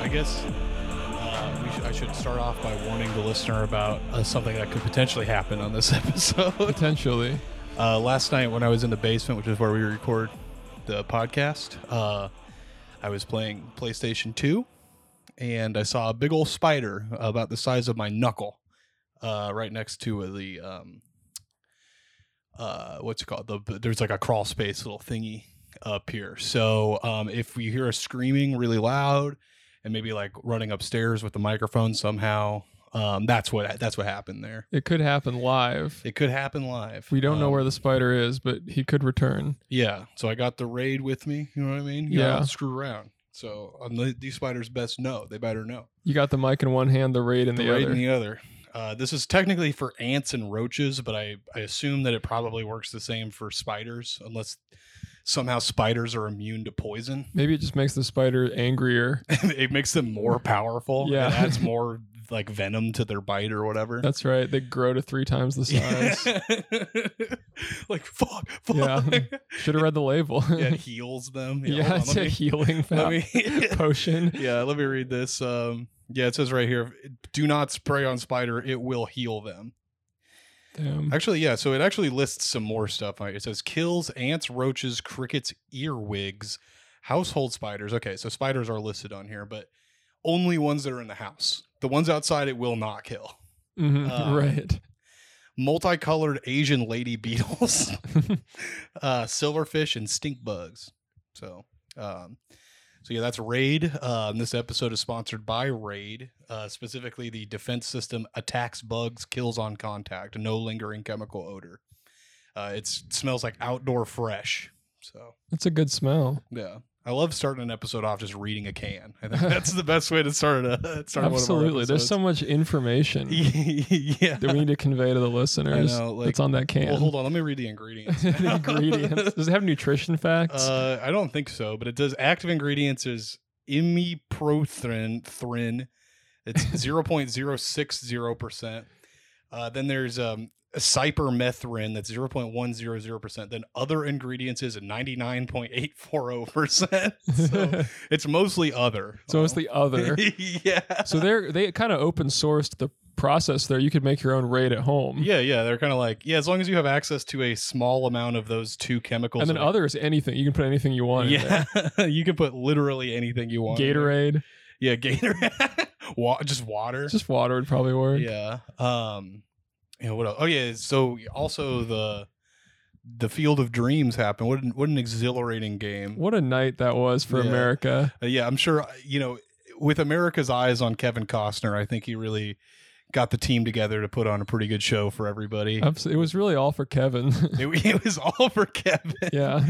I guess uh, we sh- I should start off by warning the listener about uh, something that could potentially happen on this episode. Potentially. Uh, last night, when I was in the basement, which is where we record the podcast, uh, I was playing PlayStation 2 and I saw a big old spider about the size of my knuckle uh, right next to the. Um, uh, what's it called? The, there's like a crawl space little thingy up here. So um, if you hear us screaming really loud and maybe like running upstairs with the microphone somehow, um, that's what that's what happened there. It could happen live. It could happen live. We don't know Um, where the spider is, but he could return. Yeah. So I got the raid with me. You know what I mean? You Yeah. don't Screw around. So um, the- these spiders best know. They better know. You got the mic in one hand, the raid in the, the raid other. and the other. Uh, this is technically for ants and roaches, but I, I assume that it probably works the same for spiders, unless somehow spiders are immune to poison. Maybe it just makes the spider angrier. it makes them more powerful. Yeah. It adds more like venom to their bite or whatever. That's right. They grow to three times the size. like fuck, fuck. Yeah. Should have read the label. Yeah, it heals them. Yeah, hold on, it's let a me- healing let fa- me potion. yeah let me read this um yeah it says right here do not spray on spider it will heal them Damn. actually yeah so it actually lists some more stuff it says kills ants roaches crickets earwigs household spiders okay so spiders are listed on here but only ones that are in the house the ones outside it will not kill Mhm, um, right. multicolored asian lady beetles uh, silverfish and stink bugs. So, um, so yeah, that's Raid. Um, this episode is sponsored by Raid, uh, specifically the defense system attacks bugs, kills on contact, no lingering chemical odor. Uh, it's, it smells like outdoor fresh. So That's a good smell. yeah, I love starting an episode off just reading a can. I think that's the best way to start a start Absolutely. One of our There's so much information episodes. yeah. that we need to convey to the listeners know, like- that's on that can. Well, hold on. Let me read the ingredients. the ingredients. Does it have nutrition facts? Uh, I don't think so, but it does. Active ingredients is imiprothrin. Thrin. It's 0.060%. Uh, then there's um, cypermethrin, that's 0.100%. Then other ingredients is 99.840%. So so, it's mostly other. it's the other. yeah. So they're they kind of open sourced the process there. You could make your own raid at home. yeah, yeah, they're kind of like yeah. As long as you have access to a small amount of those two chemicals, And then in it- other is anything. You can put anything you want. in yeah, you can put literally anything you there. want. in there. Gatorade. Yeah, Gatorade. Wa- just water. Just water would probably work. yeah. Um you know what else? Oh yeah, so also the the Field of Dreams happened. What an, what an exhilarating game. What a night that was for Yeah. America. Uh, yeah, I'm sure you know with America's eyes on Kevin Costner, I think he really got the team together to put on a pretty good show for everybody. Abs- It was really all for Kevin. It, it was all for Kevin. yeah.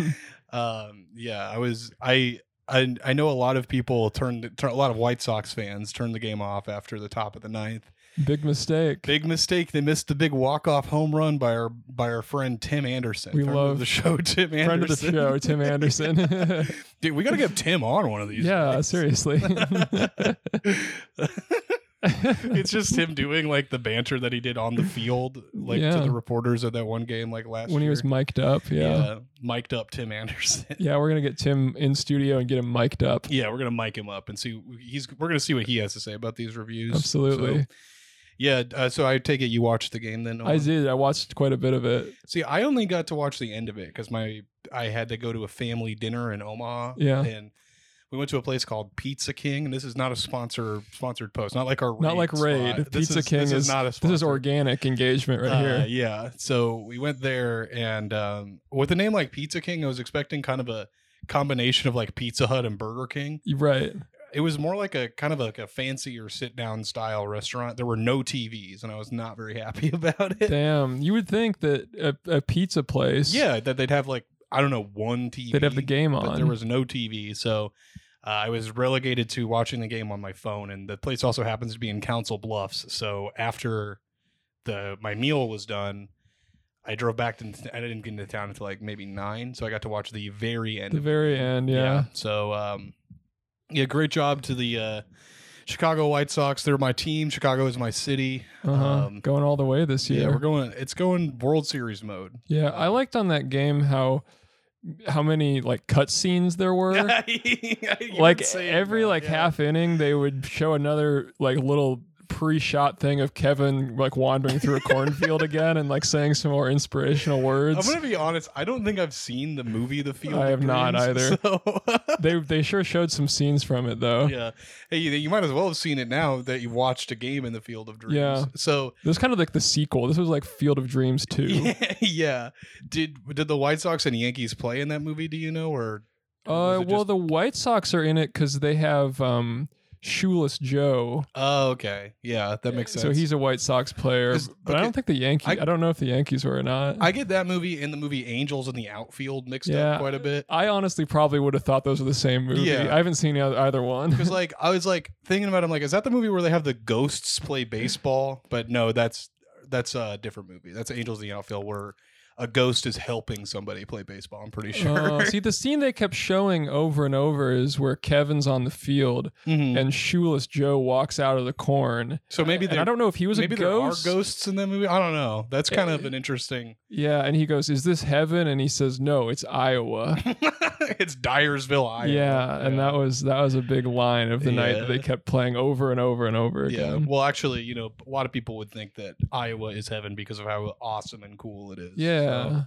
um yeah i was i i, I know a lot of people turned turn, a lot of white sox fans turned the game off after the top of the ninth Big mistake. big mistake they missed the big walk-off home run by our by our friend tim anderson We Friend of love- the show tim anderson Friend of the show, Tim Anderson. dude we gotta get tim on one of these yeah, days. seriously. it's just him doing like the banter that he did on the field like to Yeah. the reporters at that one game like last when he year. was mic'd up. yeah. mic'd up tim anderson Yeah, we're gonna get Tim in studio and get him mic'd up. Yeah, we're gonna mic him up and see. He's we're gonna see what he has to say about these reviews. Absolutely. So, yeah. Uh, so I take it you watched the game then. I Nolan? did. I watched quite a bit of it. See, I only got to watch the end of it because my I had to go to a family dinner in Omaha. Yeah. And we went to a place called Pizza King, and this is not a sponsor sponsored post. Not like our Not like spot. Raid. This Pizza King this is- not a This is sponsor. organic engagement right Uh, here. Yeah. So we went there, and um, with a name like Pizza King, I was expecting kind of a combination of like Pizza Hut and Burger King. You're Right. it was more like a kind of like a fancier sit down style restaurant. There were no TVs, and I was not very happy about it. Damn. You would think that a, a pizza place, Yeah, that they'd have like I don't know one TV. they'd have the game but on. there was no TV, so uh, I was relegated to watching the game on my phone. And the place also happens to be in Council Bluffs, so after the my meal was done. I drove back and I didn't get into town until like maybe nine, so I got to watch the very end the of very end. Yeah. So um yeah, great job to the uh Chicago White Sox. They're my team. Chicago is my city. Uh-huh. Um, Going all the way this Yeah, year. we're going it's going World Series mode. yeah. I liked on that game how how many like cutscenes there were. like every like half inning they would show another like little pre-shot thing of Kevin like wandering through a cornfield again and like saying some more inspirational I'm words. gonna be honest. I don't think I've seen the movie The Field. I of have not Dreams, so- They they sure showed some scenes from it though. yeah. Hey, you, you might as well have seen it now that you watched a game in the Field of Dreams. Yeah. So This was kind of like the sequel. This was like Field of Dreams 2. yeah, yeah. Did did the White Sox and Yankees play in that movie? Do you know or? or Uh, was it well, just- the White Sox are in it because they have um, Shoeless Joe. oh, okay. Yeah, that makes sense. So he's a White Sox player, Is- but I okay. don't think the Yankees. I- I, don't know if the Yankees were or not. I get that movie and the movie Angels in the Outfield mixed up Yeah. quite a bit. I honestly probably would have thought those were the same movie. Yeah. I haven't seen either, either one. Because like I was like thinking about, it, I'm like, is that the movie where they have the ghosts play baseball? But no, that's that's a different movie. That's Angels in the Outfield where a ghost is helping somebody play baseball. I'm pretty sure. Uh, see, the scene they kept showing over and over is where Kevin's on the field Mhm. and Shoeless Joe walks out of the corn. So maybe And I there, don't know if he was maybe a there are ghost. ghosts in that movie. I don't know. That's kind of an interesting. Yeah, and he goes, "Is this heaven?" And he says, "No, it's Iowa." it's Dyersville, Iowa. yeah, and that was that was a big line of the night that they Yeah. kept playing over and over and over Yeah. again. Well, actually, you know, a lot of people would think that Iowa is heaven because of how awesome and cool it is. Yeah. So-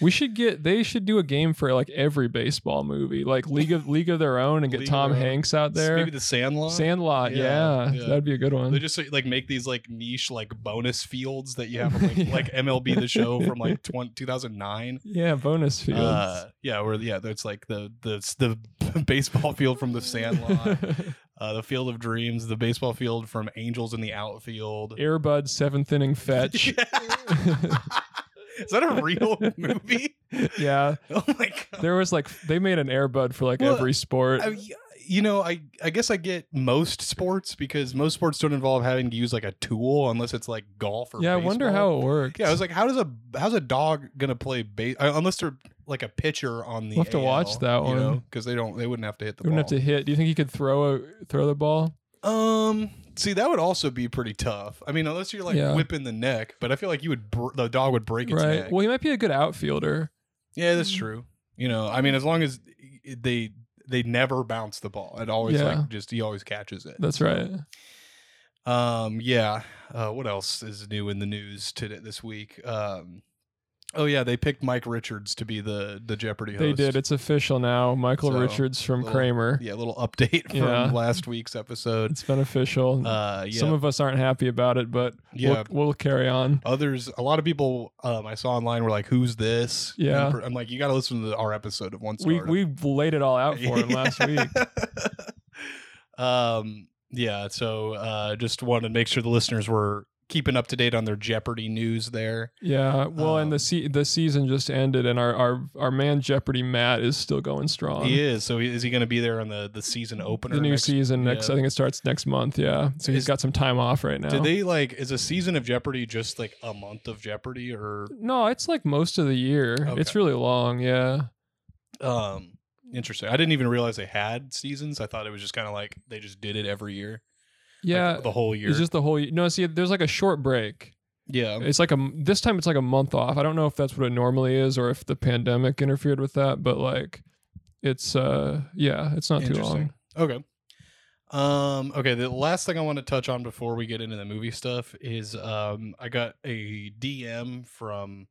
We should get they should do a game for like every baseball movie, like League of League of Their Own and get League of Tom Their Own. Hanks out there. Maybe the Sandlot. Sandlot, Yeah, yeah, yeah. That'd be a good They one. just like make these like niche like bonus fields that you have on, like, like MLB the Show from like 20, 2009. Yeah, bonus fields. Uh, yeah, where yeah, that's like the the the baseball field from the Sandlot, uh, the Field of Dreams, the baseball field from Angels in the Outfield. Airbud seventh inning fetch. Is that a real movie? yeah. Oh my god! There was like they made an airbud for like Well, every sport. I, you know, I I guess I get most sports because most sports don't involve having to use like a tool unless it's like golf or yeah, I wonder baseball. how it worked. Yeah, I was like, how does a how's a dog gonna play base unless they're like a pitcher on the? We'll have to watch that one. because they don't they wouldn't have to hit the You ball. wouldn't have to hit. Do you think he could throw a throw the ball? Um, see, that would also be pretty tough. I mean, unless you're like Yeah. whipping the neck, but I feel like you would br- the dog would break its Right. neck. Well, he might be a good outfielder. yeah, that's true. You know, I mean, as long as they they never bounce the ball, it always Yeah. like just he always catches it. That's right. Um, yeah. Uh, what else is new in the news today this week? Um, oh yeah, they picked Mike Richards to be the the Jeopardy host. They did. It's official now. Michael So, Richards from little- Kramer. yeah, a little update from Yeah. last week's episode. It's been official. Uh, yeah. Some of us aren't happy about it, but Yeah. we'll, we'll carry on. Others, a lot of people um, I saw online were like, "Who's this?" And Yeah. I'm like, you got to listen to our episode of One Star. We we laid it all out for him last week. um, yeah. So, uh, just wanted to make sure the listeners were keeping up to date on their Jeopardy news there. Yeah. Well, and Um, the se- the season just ended, and our, our our man Jeopardy Matt is still going strong. He is. So, is he going to be there on the the season opener? The new E next- season next, yeah. I think it starts next month. Yeah. So he's Is- got some time off right now. Did they like? Is a season of Jeopardy just like a month of Jeopardy, or No, it's like most of the year. It's Okay. really long. Yeah. Um, interesting. I didn't even realize they had seasons. I thought it was just kind of like they just did it every year. like, Yeah. the whole year. Um, it's just the whole. No, see, there's like a short break. yeah, It's like a this time it's like a month off. I don't know if that's what it normally is or if the pandemic interfered with that, but like it's uh yeah, it's not too long. Okay. Um. Okay. The last thing I want to touch on before we get into the movie stuff is um I got a DM from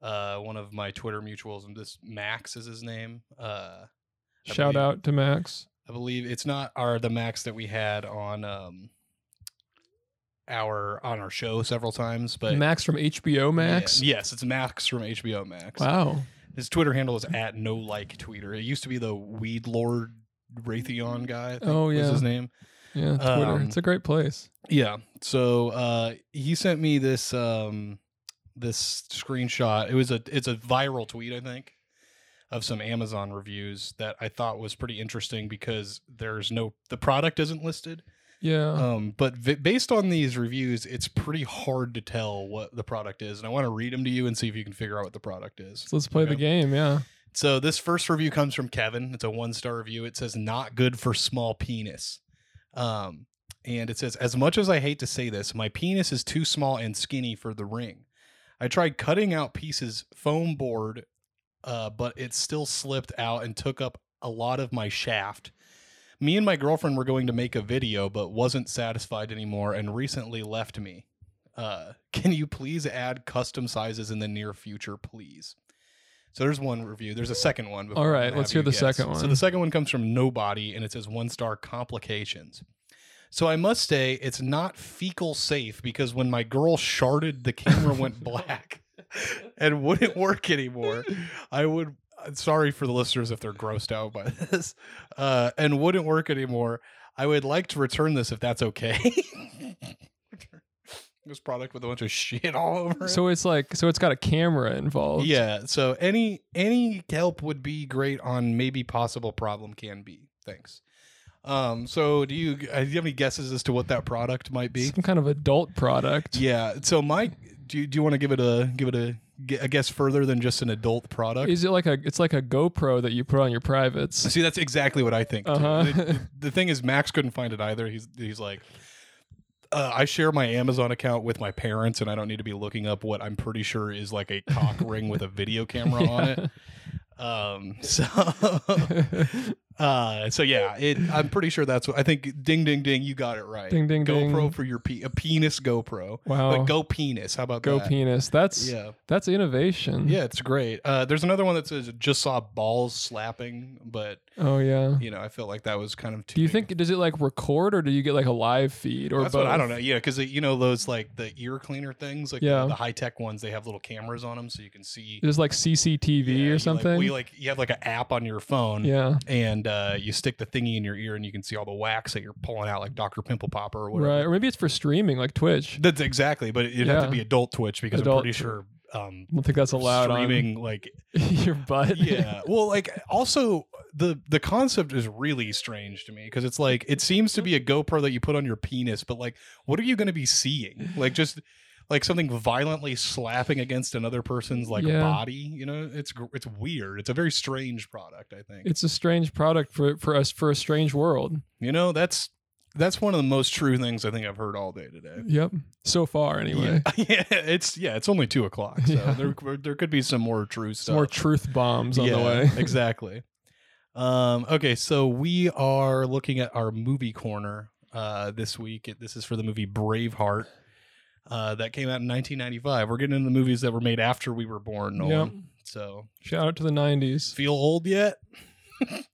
uh one of my Twitter mutuals and this Max is his name. Uh, I Shout believe- out to Max. I believe it's not our the Max that we had on um our on our show several times, but Max from HBO Max. Yeah, yes, it's Max from HBO Max. Wow. His Twitter handle is at no like tweeter. It used to be the Weed Lord Raytheon guy. I think Oh, was yeah. his name. Yeah, Twitter. Um, it's a great place. Yeah. So uh, he sent me this um, this screenshot. It was a it's a viral tweet, I think, of some Amazon reviews that I thought was pretty interesting because there's no the product isn't listed. Yeah. Um, but vi- based on these reviews, it's pretty hard to tell what the product is, and I want to read them to you and see if you can figure out what the product is. so let's play okay. the game, yeah. So this first review comes from Kevin. It's a one star review. It says not good for small penis. Um, and it says, as much as I hate to say this, my penis is too small and skinny for the ring. I tried cutting out pieces foam board uh, but it still slipped out and took up a lot of my shaft. Me and my girlfriend were going to make a video, but wasn't satisfied anymore and recently left me. Uh, can you please add custom sizes in the near future, please? So there's one review. There's a second one. before All right, I'm let's happy hear to the second So one. the second one comes from Nobody, and it says one star complications. So I must say it's not fecal safe because when my girl sharded, the camera went black and wouldn't work anymore. I would. I'm Sorry for the listeners if they're grossed out by this, uh, and wouldn't work anymore. I would like to return this if that's okay. this product with a bunch of shit all over it. So it's like so it's got a camera involved. Yeah. So any any help would be great on maybe possible problem can be. Thanks. Um. So do you uh, do you have any guesses as to what that product might be? Some kind of adult product. Yeah. So Mike, do you, do you want to give it a give it a, gu- a guess further than just an adult product? Is it like a it's like a GoPro that you put on your privates? See, that's exactly what I think. too. Uh-huh. The, the thing is, Max couldn't find it either. He's he's like, uh, I share my Amazon account with my parents, and I don't need to be looking up what I'm pretty sure is like a cock ring with a video camera on it. Um, so, uh, so yeah, it. I'm pretty sure that's what I think. Ding, ding, ding! You got it right. Ding ding ding. GoPro for your pe- a penis GoPro. Wow. But go penis. How about Go that? penis. That's Yeah, that's innovation. yeah, it's great. Uh, there's another one that says just saw balls slapping, but Oh yeah. you know, I felt like that was kind of too. Do you big think does it like record or do you get like a live feed or That's both? what I don't know. Yeah, because you know those like the ear cleaner things, like Yeah. the, high tech ones. They have little cameras on them, so you can see Is this like CCTV Yeah, you, or like- something? well, you like you have like an app on your phone, yeah. and uh, you stick the thingy in your ear, and you can see all the wax that you're pulling out, like Doctor Pimple Popper or whatever. Right. Or maybe it's for streaming like Twitch. That's exactly, but it'd have Yeah. to be adult Twitch because Adult I'm pretty Tw- sure. Um, I don't think that's allowed on streaming like your butt. yeah well like also the the concept is really strange to me because it's like it seems to be a gopro that you put on your penis but like what are you going to be seeing like just like something violently slapping against another person's like Yeah. body you know it's gr- it's weird it's a very strange product i think It's a strange product for, for us for a strange world. you know that's that's one of the most true things i think i've heard all day today Yep. So far anyway. yeah, yeah it's yeah it's only two o'clock so Yeah. there, there could be some more true It's stuff more truth bombs on the way. exactly. Um, okay, so we are looking at our movie corner uh, this week. It- This is for the movie Braveheart uh, that came out in 1995. We're getting into the movies that were made after we were born. Nolan. Yep. So Shout out to the 90s. feel old yet?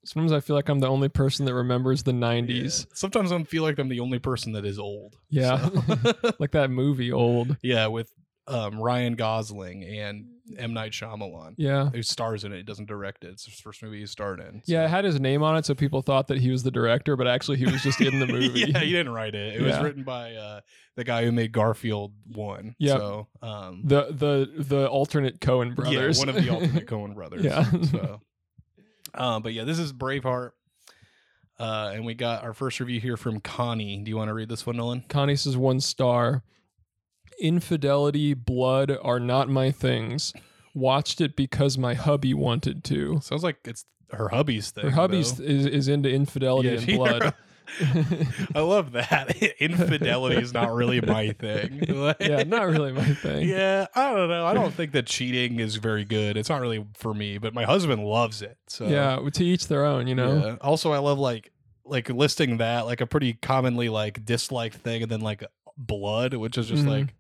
Sometimes I feel like I'm the only person that remembers the 90s. Yeah. Sometimes I feel like I'm the only person that is old. Yeah. So- Like that movie old. yeah, with um, Ryan Gosling and M Night Shyamalan. Yeah. Who stars in it? Doesn't direct it. It's his first movie he starred in. Yeah, so- it had his name on it, so people thought that he was the director, but actually he was just in the movie. yeah, he didn't write it. It was Yeah. written by uh, the guy who made Garfield one. Yep. So um, The the the alternate Cohen brothers. yeah, one of the alternate Cohen brothers. Yeah. So, um, but yeah, this is Braveheart. Uh, and we got our first review here from Connie. Do you want to read this one, Nolan? Connie says one star. Infidelity, blood are not my things. Watched it because my hubby wanted to. Sounds like it's her hubby's thing. Her hubby's though. is, is into infidelity Yeah, she- and blood. I love that. Infidelity is not really my thing. Like- yeah, not really my thing. Yeah, I don't know. I don't think that cheating is very good. It's not really for me, but my husband loves it. So Yeah, to each their own, you know. Yeah. Also, I love like like listing that like a pretty commonly like disliked thing, and then like blood, which is just Mhm. like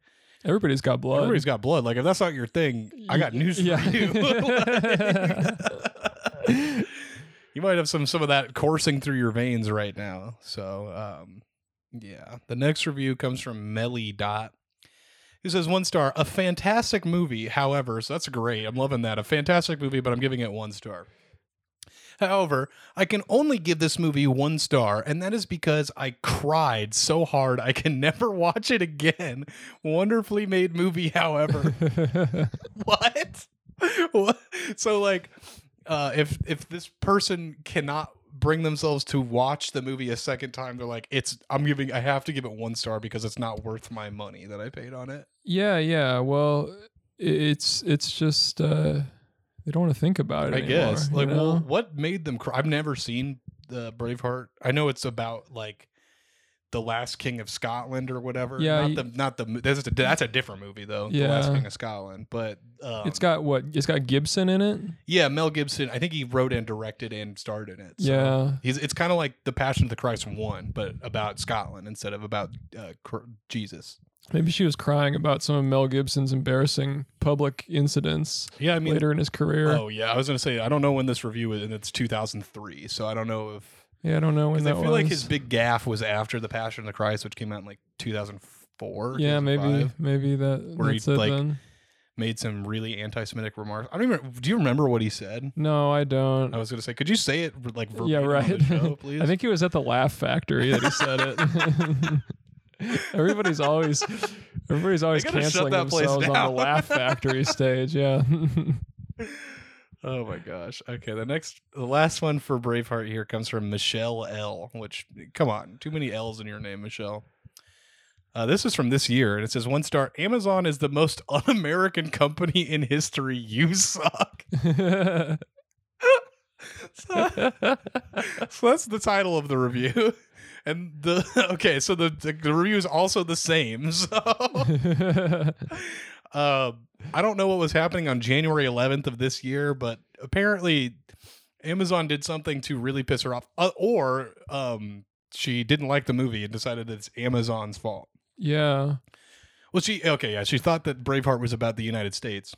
Everybody's got blood. everybody's got blood. Like if that's not your thing, I got Y- news yeah. for you. Like- you might have some some of that coursing through your veins right now. So um, yeah, the next review comes from Melly Dot. Who says one star? A fantastic movie. However, so that's great. I'm loving that. A fantastic movie, but I'm giving it one star. However, I can only give this movie one star, and that is because I cried so hard I can never watch it again. Wonderfully made movie, however. what? what? So like uh if if this person cannot bring themselves to watch the movie a second time, they're like, it's I'm giving I have to give it one star because it's not worth my money that I paid on it. yeah, yeah. Well, i- it's it's just uh they don't want to think about it. I guess. anymore, Like, you well, know? what made them cry? I've never seen the Braveheart. I know it's about like the Last King of Scotland or whatever. Yeah, not you- the not the that's a, that's a different movie though. The Last Yeah. King of Scotland, but um, it's got what? It's got Gibson in it. yeah Mel Gibson. I think he wrote and directed and starred in it. so- Yeah. He's, it's kind of like the Passion of the Christ one, but about Scotland instead of about uh, Cr- Jesus. Maybe she was crying about some of Mel Gibson's embarrassing public incidents Yeah, I mean, later in his career. oh yeah, I was gonna say I don't know when this review is, and it's 2003, so I don't know if Yeah, I don't know when because I that feel was. like his big gaff was after the Passion of the Christ, which came out in like 2004. yeah, maybe 2005, maybe that where he, that's it like- then. made some really anti-Semitic remarks. I don't even. Do you remember what he said? No, I don't. I was gonna say, could you say it like verbatim yeah, on the right. show, please? I think he was at the Laugh Factory that he said it. everybody's always everybody's always gotta shut canceling that place themselves on the down. Laugh Factory stage. Yeah. Oh my gosh. Okay, the next the last one for Braveheart here comes from Michelle L, which come on, too many L's in your name, Michelle. Uh, this is from this year, and it says one star Amazon is the most un American company in history. You suck. so, so that's the title of the review. And the okay, so the, the, the review is also the same. So uh, I don't know what was happening on January 11th of this year, but apparently Amazon did something to really piss her off, uh, or um, she didn't like the movie and decided that it's Amazon's fault. yeah. Well, she okay, yeah, she thought that Braveheart was about the United States,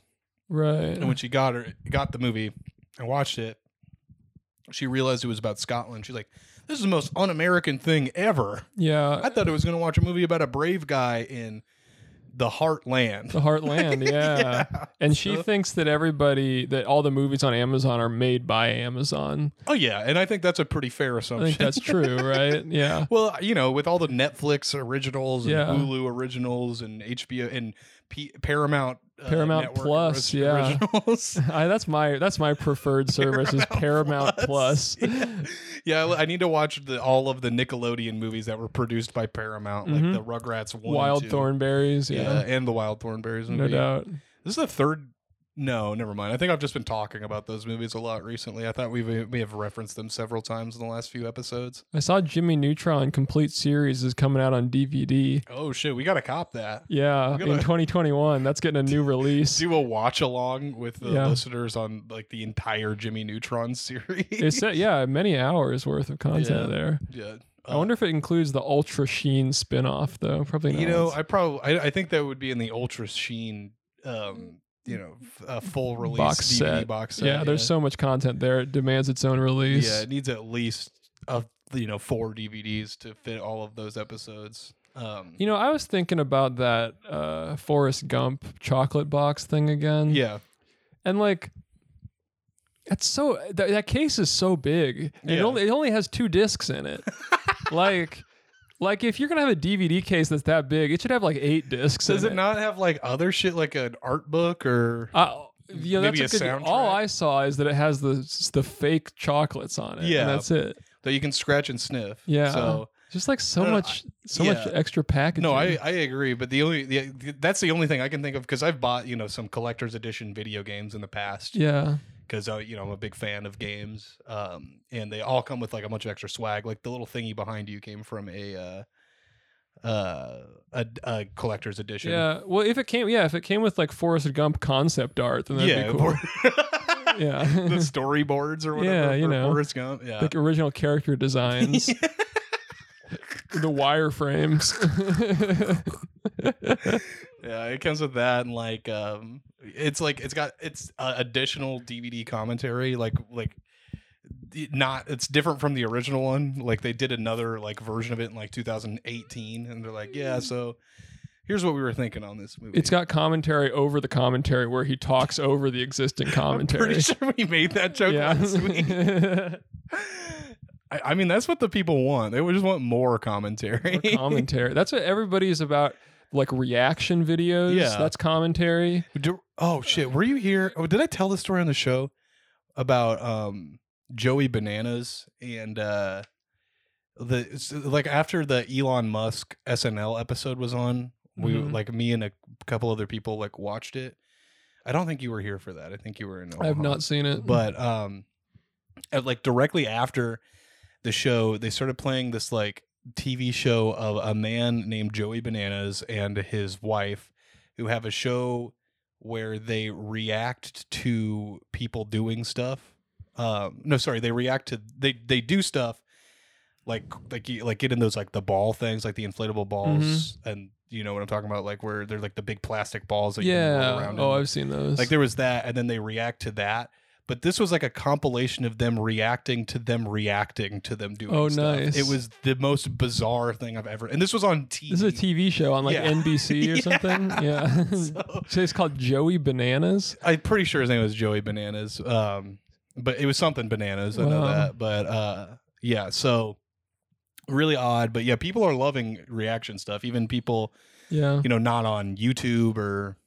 and Right. when she got her got the movie and watched it, she realized it was about Scotland. She's like, "This is the most un-American thing ever." I Yeah. thought I was going to watch a movie about a brave guy in the heartland. The Heartland, yeah. And she So- thinks that everybody that all the movies on Amazon are made by Amazon. Oh yeah, and I think that's a pretty fair I assumption. think that's true, right? Yeah. well, you know, with all the Netflix originals and Yeah. Hulu originals and HBO and P- Paramount uh, Paramount Network Plus, orig- yeah. originals. I, that's my that's my preferred service is Paramount Plus. yeah. Yeah, I I need to watch the, all of the Nickelodeon movies that were produced by Paramount, Mhm. like the Rugrats, 1 and Wild 2. Thornberries, yeah. yeah. and the Wild Thornberries. no movie. doubt. This is the third. No, never mind. I think I've just been talking about those movies a lot recently. I thought we we have referenced them several times in the last few episodes. I saw Jimmy Neutron complete series is coming out on DVD. Oh shit, we gotta cop that. Yeah, We gotta- in 2021, that's getting a new release. do a watch along with the Yeah. listeners on like the entire Jimmy Neutron series. It's uh, yeah, many hours worth of content Yeah. Uh, there. yeah. I wonder if it includes the Ultra Sheen spin-off though. Probably not. Uh, you know, I probably I, I think that would be in the Ultra Sheen, um, you know, f- uh, full release Box DVD set. box set. yeah, there's so much content there. It demands its own release. yeah, it needs at least uh, you know four DVDs to fit all of those episodes. Um, You know, I was thinking about that uh Forrest Gump chocolate box thing again. yeah, And like that's so that, that case is so big. And It Yeah. only it only has two discs in it. like like if you're going to have a DVD case that's that big, it should have like 8 discs. does in it not have like other shit like an art book or? Uh, yeah, that's Maybe a a good, all soundtrack? I saw is that it has the the fake chocolates on it. and Yeah. that's it. that you can scratch and sniff. Yeah. uh-huh. So Just like so I don't know, much, so much Uh, yeah. extra packaging. No, I, I agree, but the only the, that's the only thing I can think of because I've bought you know some collector's edition video games in the past yeah, because uh, you know I'm a big fan of games, um, and they all come with like a bunch of extra swag. Like the little thingy behind you came from a uh, uh, a, a collector's edition. yeah. Well, if it came, yeah, if it came with like Forrest Gump concept art, then that'd yeah, be cool. or- Yeah. the storyboards or whatever. Yeah, you for know. Forrest Gump. Yeah, Like original character designs, the wireframes. yeah, it comes with that and like um, it's like it's got it's uh, additional DVD commentary like like the- not it's different from the original one like they did another like version of it in like 2018 and they're like yeah so here's what we were thinking on this movie Mm-hmm. it's got commentary over the commentary where he talks over the existing I'm commentary. pretty sure we made that joke last week yeah, I, I mean that's what the people want they just want more commentary Or commentary. That's what everybody is about. Like reaction videos. Yeah. that's commentary. Do- oh shit, were you here? Oh, did I tell the story on the show about um Joey Bananas and uh the it's, like after the Elon Musk SNL episode was on, we Mhm. like me and a couple other people like watched it. I don't think you were here for that. I think you were in I have Omaha not seen it. but um at, like directly after the show they started playing this like TV show of a man named Joey Bananas and his wife who have a show where they react to people doing stuff. Um, no, sorry, they react to they they do stuff like like you- like get in those like the ball things, like the inflatable balls, Mm-hmm. and you know what I'm talking about, like where they're like the big plastic balls that you can roll yeah. around. Oh, in. I've seen those. Like there was that, and then they react to that. But this was like a compilation of them reacting to them reacting to them doing. Oh, stuff. nice. It was the most bizarre thing I've ever. And this was on TV. this is a TV show on like Yeah. NBC or Yeah. something. Yeah. So- so it's called Joey Bananas. I'm pretty sure his name was Joey Bananas. Um, but it was something bananas. I know Wow. that. But uh, yeah, so really odd. But yeah, people are loving reaction stuff. Even people, Yeah. you know, not on YouTube or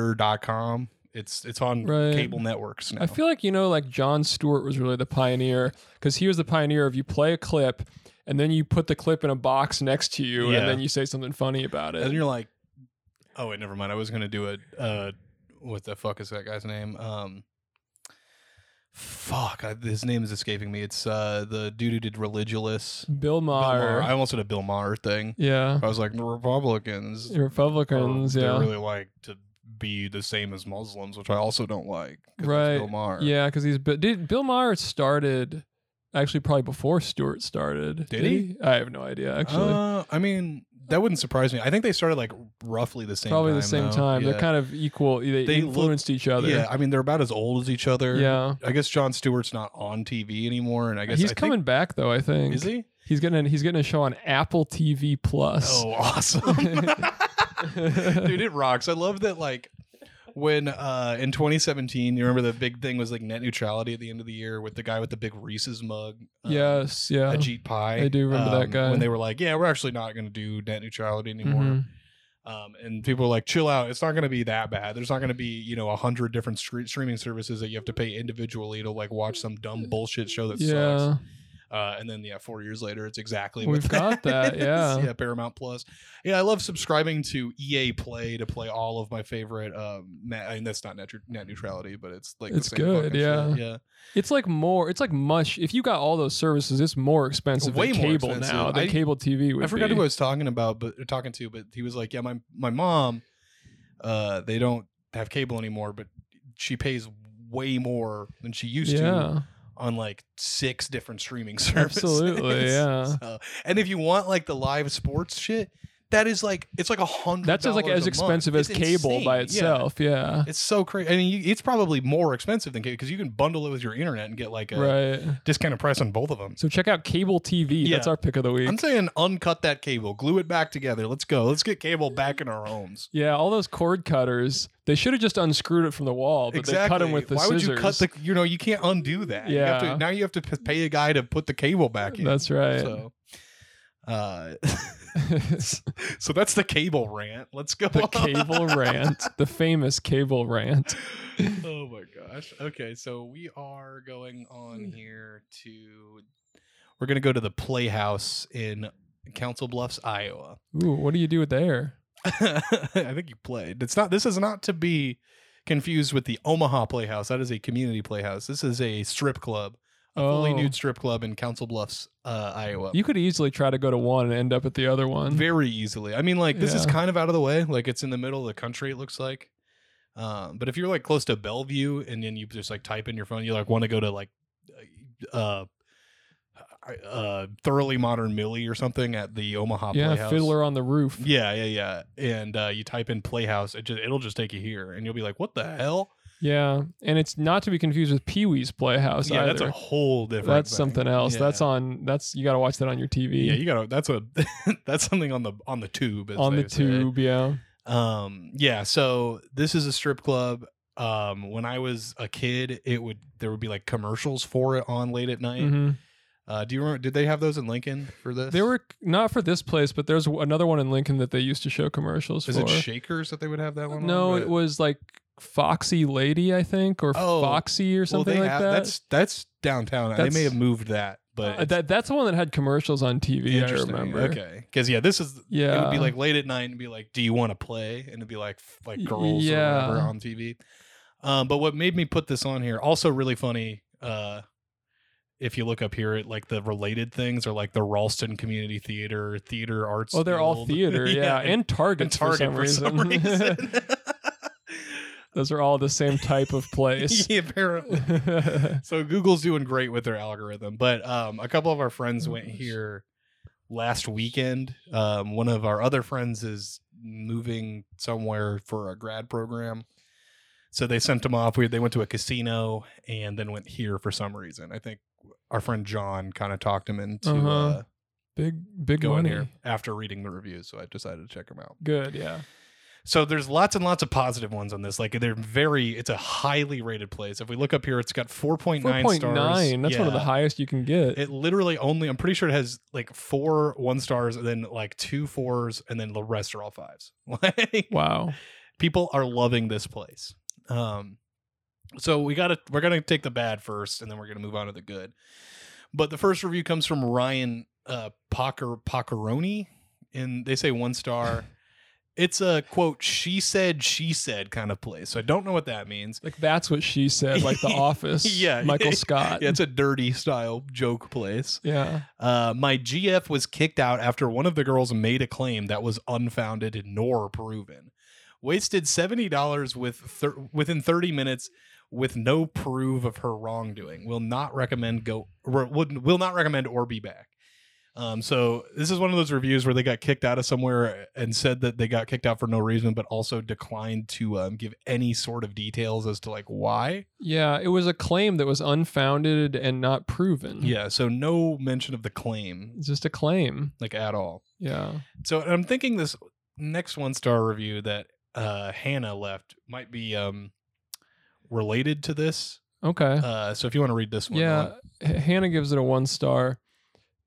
Twitter.com. It's it's on Right. cable networks now. I feel like you know, like John Stewart was really the pioneer because he was the pioneer of you play a clip and then you put the clip in a box next to you Yeah. and then you say something funny about and it. you're like, oh wait, never mind. I was gonna do it. Uh, what the fuck is that guy's name? Um, fuck, I, his name is escaping me. It's uh the dude who did Religulous. Bill Bill Maher. Maher. I almost did a Bill Maher thing. yeah. I was like, the Republicans, are- Republicans. they Yeah. really like to be the same as Muslims, which I also don't like. 'cause that's Right. Bill Maher. Yeah, because he's but did Bill Maher started actually probably before Stewart started. Did he? I have no idea actually. Uh, I mean, that wouldn't surprise me. I think they started like roughly the same. probably time, the same though. time. Yeah. They're kind of equal. They, They look- influenced each other. Yeah, I mean, they're about as old as each other. Yeah. I guess John Stewart's not on TV anymore, and I guess He's I think- coming back though. I think Is he? he's getting he's getting a show on Apple TV Plus. Oh, awesome. dude uh, it rocks i love that like when uh in 2017 you remember the big thing was like net neutrality at the end of the year with the guy with the big reese's mug um, yes, yeah. ajit pai Um, I do remember that guy. when they were like yeah we're actually not going to do net neutrality anymore Mhm. um and people were like chill out it's not going to be that bad there's not going to be you know a hundred different stre- streaming services that you have to pay individually to like watch some dumb bullshit show that Yeah, sucks uh, and then yeah, four years later, it's exactly what We've got that, is. yeah. yeah, Paramount Plus. Yeah, I love subscribing to EA Play to play all of my favorite. Um, net, I mean, that's not net, net neutrality, but it's like It's the same good, fucking yeah. shit, yeah. it's like more. It's like much. If you got all those services, it's more expensive Way than more cable expensive. now than I- cable TV would I forgot be. who I was talking about, but uh, talking to, but he was like, yeah, my my mom, uh, they don't have cable anymore, but she pays way more than she used to yeah, on like six different streaming services. Absolutely, yeah. So- and if you want like the live sports shit, that is like it's like a hundred. that's just like dollars as a month. expensive as It's cable insane, by yeah. itself. Yeah, It's so crazy. I mean, you, it's probably more expensive than cable because you can bundle it with your internet and get like a right. discounted price on both of them. So check out cable TV. That's Yeah. our pick of the week. I'm saying uncut that cable, glue it back together. Let's go. Let's get cable back in our homes. Yeah, all those cord cutters. They should have just unscrewed it from the wall, but exactly. they cut them with the Why scissors. would you cut the? You know, you can't undo that. You have to- Yeah. now you have to p- pay a guy to put the cable back in. That's right. So, uh, so that's the cable rant. Let's go. the cable rant, the famous cable rant. oh my gosh. Okay, so we are going Hmm. on here to. We're gonna go to the Playhouse in Council Bluffs, Iowa. Ooh, what do you do there? I think you played. It's not. This is not to be confused with the Omaha Playhouse. That is a community playhouse. This is a strip club, a fully Oh. nude strip club in Council Bluffs, uh, Iowa. You could easily try to go to one and end up at the other one. very easily. I mean, like this is Yeah. kind of out of the way. Like it's in the middle of the country. It looks like. Um, but if you're like close to Bellevue and then you just like type in your phone, you like want to go to like, uh, uh, thoroughly modern Millie or something at the Omaha yeah, Playhouse. Fiddler on the Roof. Yeah, yeah, yeah. And uh, you type in Playhouse, it just, it'll just take you here, and you'll be like, "What the hell?" Yeah, and it's not to be confused with Pee Wee's Playhouse yeah, either. that's a whole different. That's thing. something else. Yeah. That's on. That's you got to watch that on your TV, Yeah, you gotta. That's a. that's something on the on the tube. as on the they say. tube. Yeah, um yeah so this is a strip club um when i was a kid it would there would be like commercials for it on late at night hmm uh do you remember did they have those in lincoln for this they were not for this place, but there's another one in Lincoln that they used to show commercials is for. it shakers that they would have that one no, on? it was like Foxy Lady, I think, or Oh, Foxy or something well, they like have- that. that's that's downtown they That's- may have moved that Uh, but it's that that's the one that had commercials on TV. I interesting. remember. okay because yeah this is Yeah, it would be like late at night and be like do you want to play and it'd be like f- like girls Yeah. or whatever on tv um but what made me put this on here also really funny uh if you look up here at like the related things or like the Ralston Community Theater, Theater Arts. Oh, they're all Guild. theater, yeah, and Target, and Target for some reason. Those are all the same type of place. Yeah, apparently. So Google's doing great with their algorithm, but um, a couple of our Oh, friends went here last weekend. Um, one of our other friends is moving somewhere for a grad program, so they sent them off. We they went to a casino and then went here for some reason. I think our friend John kind of talked him into uh Uh-huh. big, big going money. here after reading the reviews, so I decided to check him out. Good, yeah. So there's lots and lots of positive ones on this. Like they're very, it's a highly rated place. If we look up here, it's got 4.9 Four point stars. nine. That's one of the Yeah. highest you can get. It literally only, I'm pretty sure it has like four one stars and then like two fours and then the rest are all fives. Like wow. people are loving this place. Um, so we gotta, we're gonna take the bad first and then we're gonna move on to the good. But the first review comes from Ryan uh, Pocker, Pockeroni and they say one star. It's a quote, she said, she said kind of place. So I don't know what that means. Like that's what she said. Like The Office. Yeah. Michael Scott. Yeah, it's a dirty style joke place. yeah. Uh, my GF was kicked out after one of the girls made a claim that was unfounded nor proven. Wasted seventy dollars with thir- within thirty minutes with no proof of her wrongdoing. Will not recommend go. or Would will not recommend or be back. Um, so this is one of those reviews where they got kicked out of somewhere and said that they got kicked out for no reason, but also declined to um, give any sort of details as to like why. Yeah. It was a claim that was unfounded and not proven. Yeah, so no mention of the claim It's just a claim. like at all. Yeah. So I'm thinking this next one star review that uh, Hannah left might be um, related to this. Okay. Uh, so if you want to read this one, Yeah, Alan. H- Hannah gives it a one star.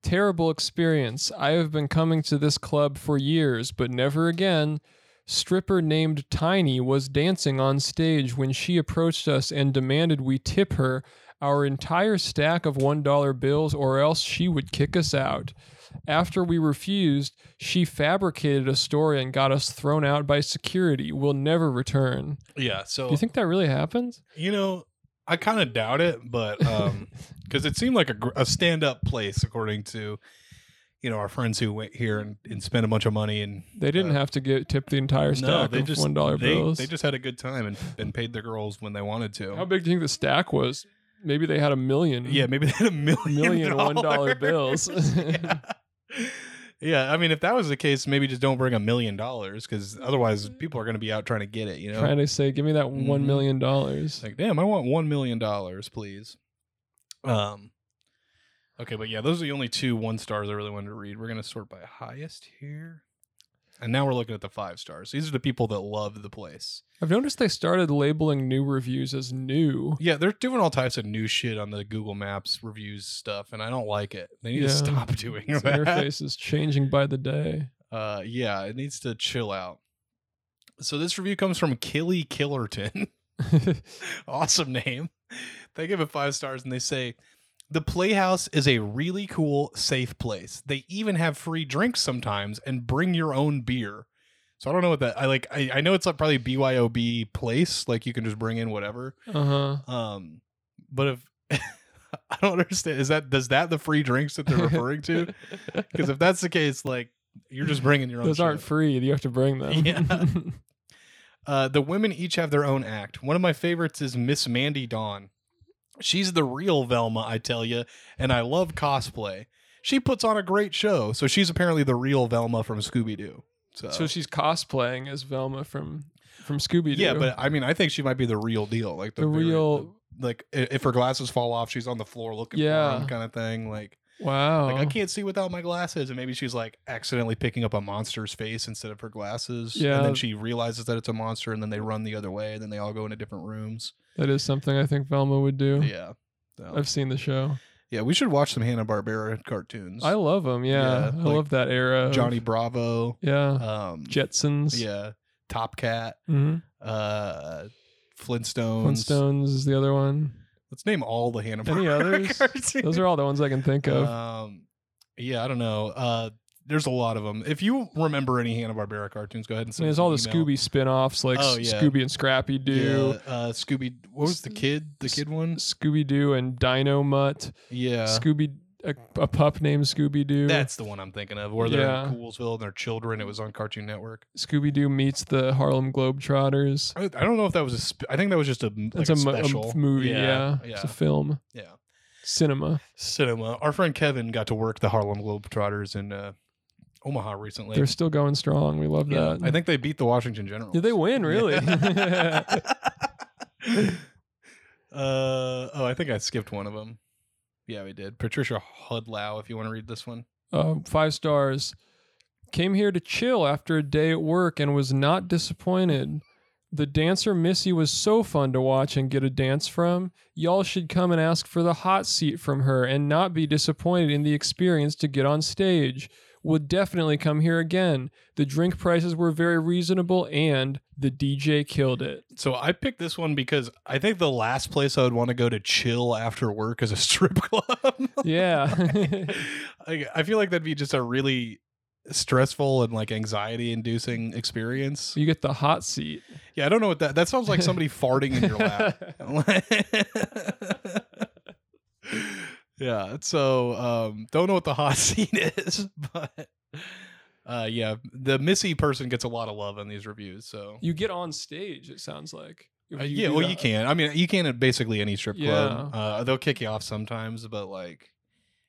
Terrible experience. I have been coming to this club for years, but never again. Stripper named Tiny was dancing on stage when she approached us and demanded we tip her our entire stack of $1 bills or else she would kick us out. After we refused, she fabricated a story and got us thrown out by security. We'll never return. yeah. So Do you think that really happened? you know, I kind of doubt it, but because it seemed like a, gr- a stand up place according to you know our friends who went here and, and spent a bunch of money and They didn't uh, have to get tip the entire no, stack they of just one dollar they, bills. They just had a good time and, and paid their girls when they wanted to. How big do you think the stack was? Maybe they had a million. Yeah, maybe they had a million Million one dollar dollar bills. yeah. yeah, I mean, if that was the case, maybe just don't bring a million dollars because otherwise people are going to be out trying to get it. You know, Trying to say, give me that one Mhm. million It's dollars. like, damn, I want one million dollars, please. Um. Okay, but yeah, those are the only two one stars I really wanted to read. We're gonna sort by highest here, and now we're looking at the five stars. These are the people that love the place. I've noticed they started labeling new reviews as new. Yeah, they're doing all types of new shit on the Google Maps reviews stuff, and I don't like it. They need Yeah. to stop doing This that. interface is changing by the day. Uh, yeah, it needs to chill out. So this review comes from Killy Killerton. Uh-huh. awesome name. They give it five stars and they say the Playhouse is a really cool, safe place. They even have free drinks sometimes and bring your own beer. So I don't know what that I like. I, I know it's like probably BYOB place. Like you can just bring in whatever. Uh huh. Um, but if I don't understand, is that does that the free drinks that they're referring to? Because if that's the case, like you're just bringing your own. Those aren't shit. free. You have to bring them. Yeah. Uh, the women each have their own act. One of my favorites is Miss Mandy Dawn. She's the real Velma, I tell you, and I love cosplay. She puts on a great show, so she's apparently the real Velma from Scooby Doo. So, so she's cosplaying as Velma from from Scooby Doo. yeah, but I mean, I think she might be the real deal, like the, the very- real like i- if her glasses fall off, she's on the floor looking Yeah. Uh-huh. for them, kind of thing. Like, wow. like I can't see without my glasses, and maybe she's like accidentally picking up a monster's face instead of her glasses. Yeah. and then she realizes that it's a monster, and then they run the other way, and then they all go into different rooms. That is something I think Velma would do. Yeah. So- I've seen the show. yeah, we should watch some Hanna Barbera cartoons. I love them. Yeah, Yeah, I like love that era. of- Johnny Bravo. Yeah. Um Jetsons. Yeah. Top Cat. hmm Uh Flintstones. Flintstones is the other one. Let's name all the Hanna Any Barbera others? cartoons. Uh, Those are all the ones I can think of. um yeah, I don't know. Uh there's a lot of them. If you remember any Hanna Barbera cartoons, go ahead and I mean, send. there's us an all the email. Scooby spin-offs like Oh, yeah. Scooby and Scrappy Doo, Yeah, uh, Scooby. What was the kid? The kid one. Scooby Doo and Dino Mutt, Yeah, Scooby a, a pup named Scooby Doo. that's the one I'm thinking of. Where they're Yeah. in Coolsville and they're children. It was on Cartoon Network. Scooby Doo meets the Harlem Globetrotters. I, I don't know if that was a. Sp- I think that was just a m- like That's a, a, mo- a special movie. Yeah, yeah, it's a film, yeah. cinema. Cinema. Our friend Kevin got to work the Harlem Globetrotters in uh, Omaha recently. They're still going strong. We love Yeah, that. I think they beat the Washington Generals. uh, Did they win? Really? Yeah. uh, oh, I think I skipped one of them. Yeah, we did. Patricia Hudlow, if you want to read this one. uh, five stars. Came here to chill after a day at work and was not disappointed. The dancer Missy was so fun to watch and get a dance from. Y'all should come and ask for the hot seat from her and not be disappointed in the experience to get on stage. Would definitely come here again. The drink prices were very reasonable and the DJ killed it. So I picked this one because I think the last place I would want to go to chill after work is a strip club. Yeah. I, I feel like that'd be just a really stressful and like anxiety inducing experience. you get the hot seat. Yeah, I don't know what that that sounds like somebody farting in your lap. yeah. So um, don't know what the hot seat is, but uh, yeah, the Missy person gets a lot of love in these reviews. So you get on stage, it sounds like. If Uh, you yeah, do well, that. you can. I mean, you can at basically any strip club. Yeah. Uh, they'll kick you off sometimes, but like,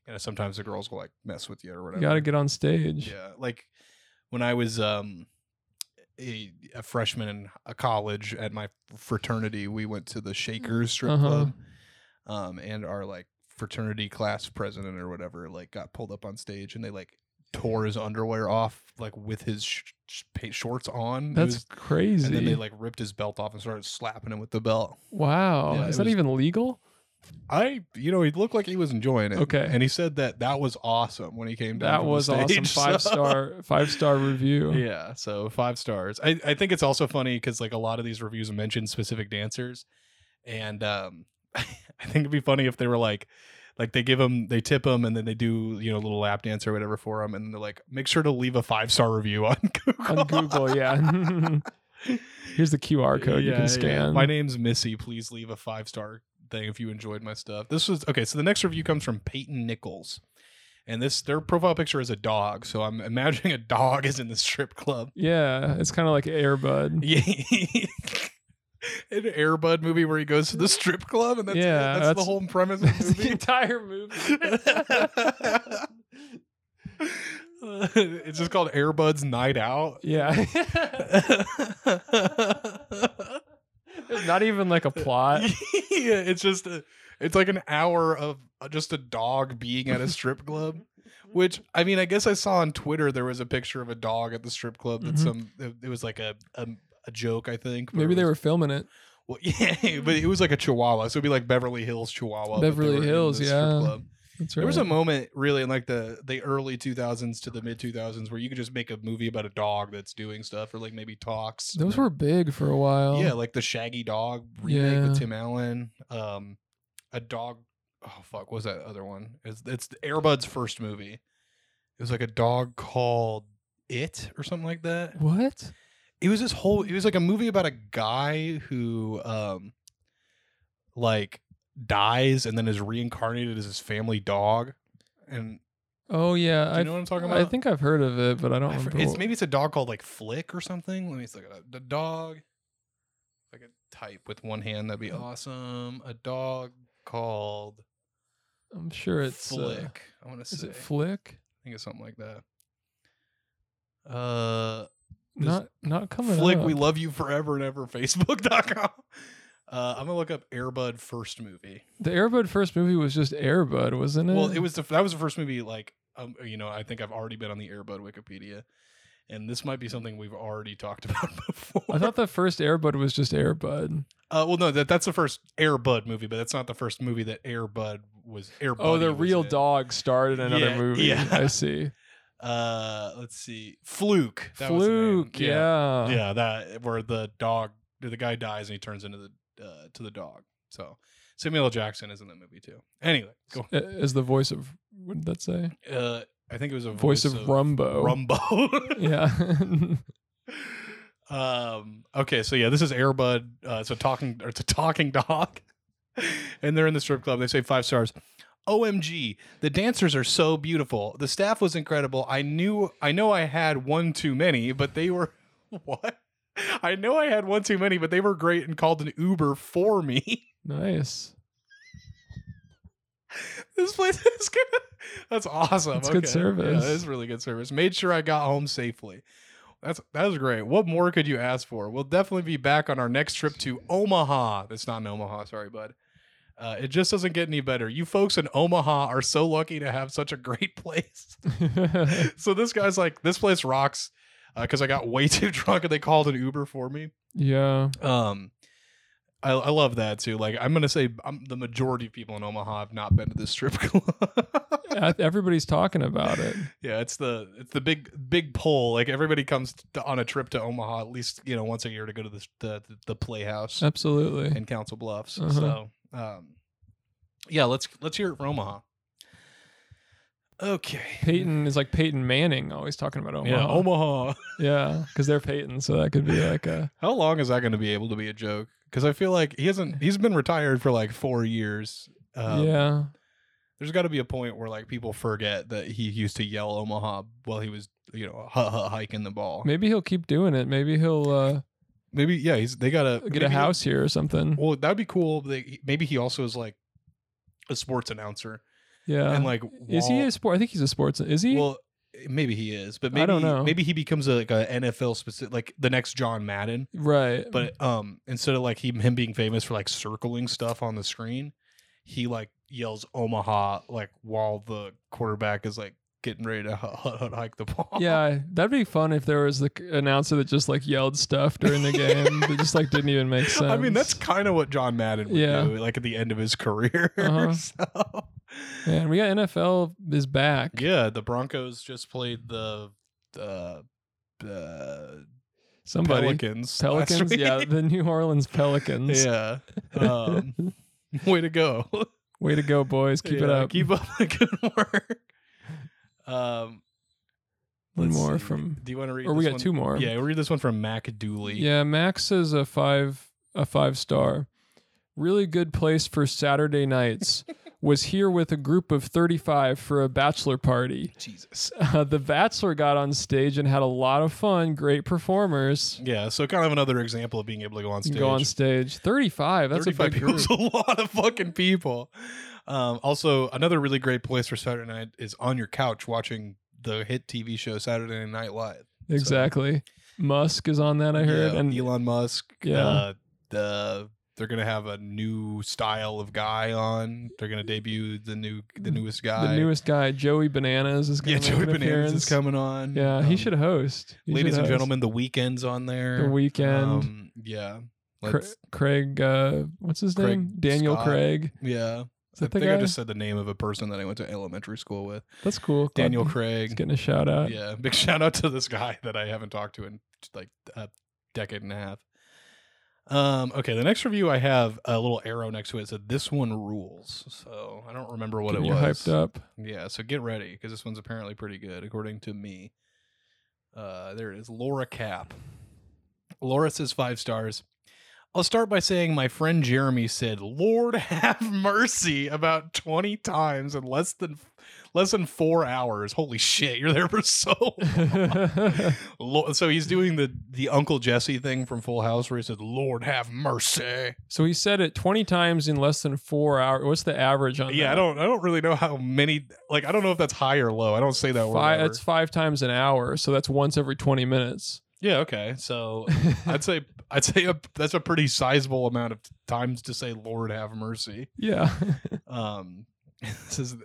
you know, sometimes the girls will like mess with you or whatever. You gotta get on stage. Yeah, like when I was um a, a freshman in a college at my fraternity, we went to the Shakers strip Mm, Uh-huh. club, um, and our like fraternity class president or whatever like got pulled up on stage and they like tore his underwear off like with his sh- sh- pa- shorts on. It That's was- crazy. and then they like ripped his belt off and started slapping him with the belt. wow, Yeah, is it that was- even legal? I, you know, he looked like he was enjoying it. Okay. and he said that that was awesome when he came down. That from the was awesome. stage, Five so- star, five star review. Yeah, so five stars. I, I think it's also funny because like a lot of these reviews mention specific dancers, and um, I think it'd be funny if they were like, like they give them, they tip them, and then they do you know a little lap dance or whatever for them, and they're like, make sure to leave a five star review on Google. On Google, yeah. Here's the QR code you Yeah, yeah. can scan. My name's Missy. Please leave a five star thing if you enjoyed my stuff. This was okay. So the next review comes from Peyton Nichols, and this their profile picture is a dog. So I'm imagining a dog is in the strip club. yeah, it's kind of like Airbud. Yeah. An Airbud movie where he goes to the strip club and that's it. Yeah, That's, the that's- whole premise of That's the the movie. entire movie. it's just called Airbud's Night Out. yeah, There's not even like a plot. yeah, it's just a, it's like an hour of uh, just a dog being at a strip club. Which I mean, I guess I saw on Twitter there was a picture of a dog at the strip club that Mhm. some it, it was like a, a a joke I think. where it Maybe they was- were filming it. Well, yeah, but it was like a Chihuahua, so it'd be like Beverly Hills Chihuahua. but they Beverly were in Hills, the strip yeah. club. That's right. There was a moment really in like the the early 2000s to the mid 2000s where you could just make a movie about a dog that's doing stuff or like maybe talks. Those were big for a while. yeah, like the Shaggy Dog remake Yeah. with Tim Allen. Um, a dog. Oh fuck, what was that other one? It's it's Airbud's first movie. It was like a dog called It or something like that What? it was this whole it was like a movie about a guy who um like dies and then is reincarnated as his family dog and Oh yeah, do you I know what i'm talking about I think I've heard of it, but I don't I fr- remember. it's what- maybe it's a dog called like flick or something let me just look it up the dog if i could type with one hand that'd Oh. be awesome a dog called I'm sure it's uh, flick i want to is say it Flick? i think it's something like that uh This- Not not coming Flick, up. we love you forever and ever. Facebook.com. Uh, I'm gonna look up Airbud first movie. the Airbud first movie was just Airbud, wasn't it? Well, it was the that was the first movie. Like, um, you know, I think I've already been on the Airbud Wikipedia, and this might be something we've already talked about before. I thought the first Airbud was just Airbud. uh, well, no, that that's the first Airbud movie, but that's not the first movie that Airbud was. Airbud. Oh, the real dog. dog starred in another Yeah, movie. yeah. I see. Uh, let's see, Fluke. that was the name. Fluke, yeah. yeah that where the dog the guy dies and he turns into the uh, to the dog so samuel L. jackson is in that movie too anyway go A- As the voice of what did that say? uh I think it was a Voice of Rumbo. Rumbo. Yeah. um, okay, so yeah, this is Airbud. Uh, it's a talking. Or it's a talking dog, and they're in the strip club. They say five stars. OMG, the dancers are so beautiful. The staff was incredible. I knew. I know I had one too many, but they were what? I know I had one too many, but they were great and called an Uber for me. nice. this place is good. That's awesome. That's good service. Yeah, that's really good service. Made sure I got home safely. That's that was great. What more could you ask for? We'll definitely be back on our next trip to Omaha. That's not in Omaha, sorry, bud. Uh, it just doesn't get any better. You folks in Omaha are so lucky to have such a great place. so this guy's like, this place rocks because I got way too drunk and they called an Uber for me. yeah. Um, I, I love that too. Like I'm gonna say, um the majority of people in Omaha have not been to this strip club. Yeah, Everybody's talking about it. yeah, it's the it's the big big pull. Like everybody comes to, on a trip to Omaha at least you know once a year to go to the the, the Playhouse Absolutely. in Council Bluffs. Uh-huh. So, um, yeah, let's let's hear it from Omaha. Okay, Peyton is like Peyton Manning, always talking about Yeah, Oh Omaha. Omaha. Yeah, because they're Peyton, so that could be like a How long is that going to be able to be a joke? Because I feel like he hasn't. He's been retired for like four years. Um, yeah. there's got to be a point where like people forget that he used to yell Omaha while he was you know ha ha hiking the ball. Maybe he'll keep doing it. Maybe he'll uh, Maybe yeah, he's they got to get a house here or something. Well, that'd be cool. They, maybe he also is like a sports announcer Yeah. and like Uh, is he while- a sport? I think he's a sports. Is he? well. eh, Maybe he is, but maybe I don't know. maybe he becomes a, like an NFL specific, like the next John Madden. right. But um, instead of like him, him being famous for like circling stuff on the screen, he like yells Omaha like while the quarterback is like getting ready to hut, hut, hut, hike the ball. yeah, that'd be fun if there was the c- announcer that just like yelled stuff during the game that just like didn't even make sense. I mean, that's kind of what John Madden would Yeah. do, like at the end of his career. Uh-huh. so, Man, we got NFL is back. yeah, the Broncos just played the uh, uh, Somebody. Pelicans. last Pelicans, week. yeah, the New Orleans Pelicans. yeah. Um, way to go. Way to go, boys! Keep it Yeah, up. Keep up the good work. Um, One let's more see. from, Do you want to read? or we this got one? two more. Yeah, we'll read this one from Mac Dooley. Yeah, Max is a five a five star. Really good place for Saturday nights. Was here with a group of 35 for a bachelor party. Jesus. Uh, the bachelor got on stage and had a lot of fun. Great performers. Yeah. So kind of another example of being able to go on stage. Go on stage. 35. That's a 35 big people group. is a lot of fucking people. Um, also, another really great place for Saturday night is on your couch watching the hit TV show Saturday Night Live. Exactly. Musk is on that. I heard. Yeah, and Elon Musk. Yeah. Uh, the they're gonna have a new style of guy on. They're gonna debut the new the newest guy. the newest guy, Joey Bananas, is yeah, going to Joey make an Bananas is appearance. coming on. Yeah, he Um, should host. He should Ladies and host. gentlemen, the weekend's on there. The weekend. Um, yeah. Cra- Let's- Craig, uh, what's his Craig name? Daniel Scott. Craig. yeah. Is I that the think guy? I just said the name of a person that I went to elementary school with. That's cool. Glad Daniel He's Craig. getting a shout out. Yeah, big shout out to this guy that I haven't talked to in like a decade and a half. Um, okay, the next review I have a little arrow next to it said this one rules. So I don't remember what Getting it you was. hyped up. Yeah, so get ready because this one's apparently pretty good according to me. Uh, there it is, Laura Cap. Laura says five stars. I'll start by saying my friend Jeremy said, "Lord have mercy," about twenty times in less than less than four hours. Holy shit, you're there for so Lo- so he's doing the the Uncle Jesse thing from Full House where he said, "Lord have mercy." so he said it 20 times in less than four hours. What's the average on Yeah, I that? don't I don't really know how many like I don't know if that's high or low. I don't say that word. Five, ever. that's five times an hour. So that's once every 20 minutes. Yeah, okay. So I'd say I'd say a, that's a pretty sizable amount of times to say Lord have mercy. yeah. Um this is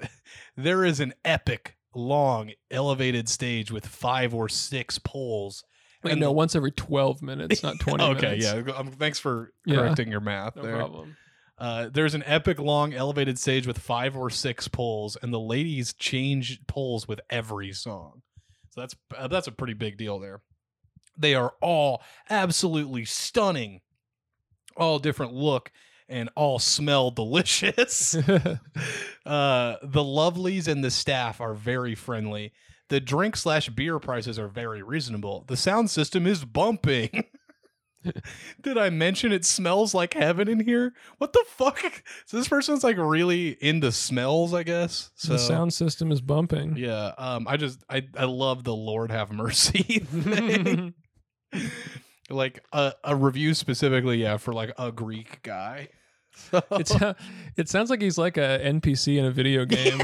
there is an epic long elevated stage with five or six poles. Wait, And no, the- once every 12 minutes, not 20 okay, minutes. yeah. Um, thanks for Yeah. correcting your math No there. problem. Uh, there's an epic long elevated stage with five or six poles, and the ladies change poles with every song. So that's uh, that's a pretty big deal there. They are all absolutely stunning, all different look, and all smell delicious. uh, the Lovelies and the staff are very friendly. The drink slash beer prices are very reasonable. The sound system is bumping. Did I mention it smells like heaven in here? What the fuck? So this person's like really into smells, I guess. So the sound system is bumping. yeah, um, I just I I love the Lord have mercy thing. like a, a review specifically, yeah, for like a Greek guy. So- It's, it sounds like he's like a NPC in a video game.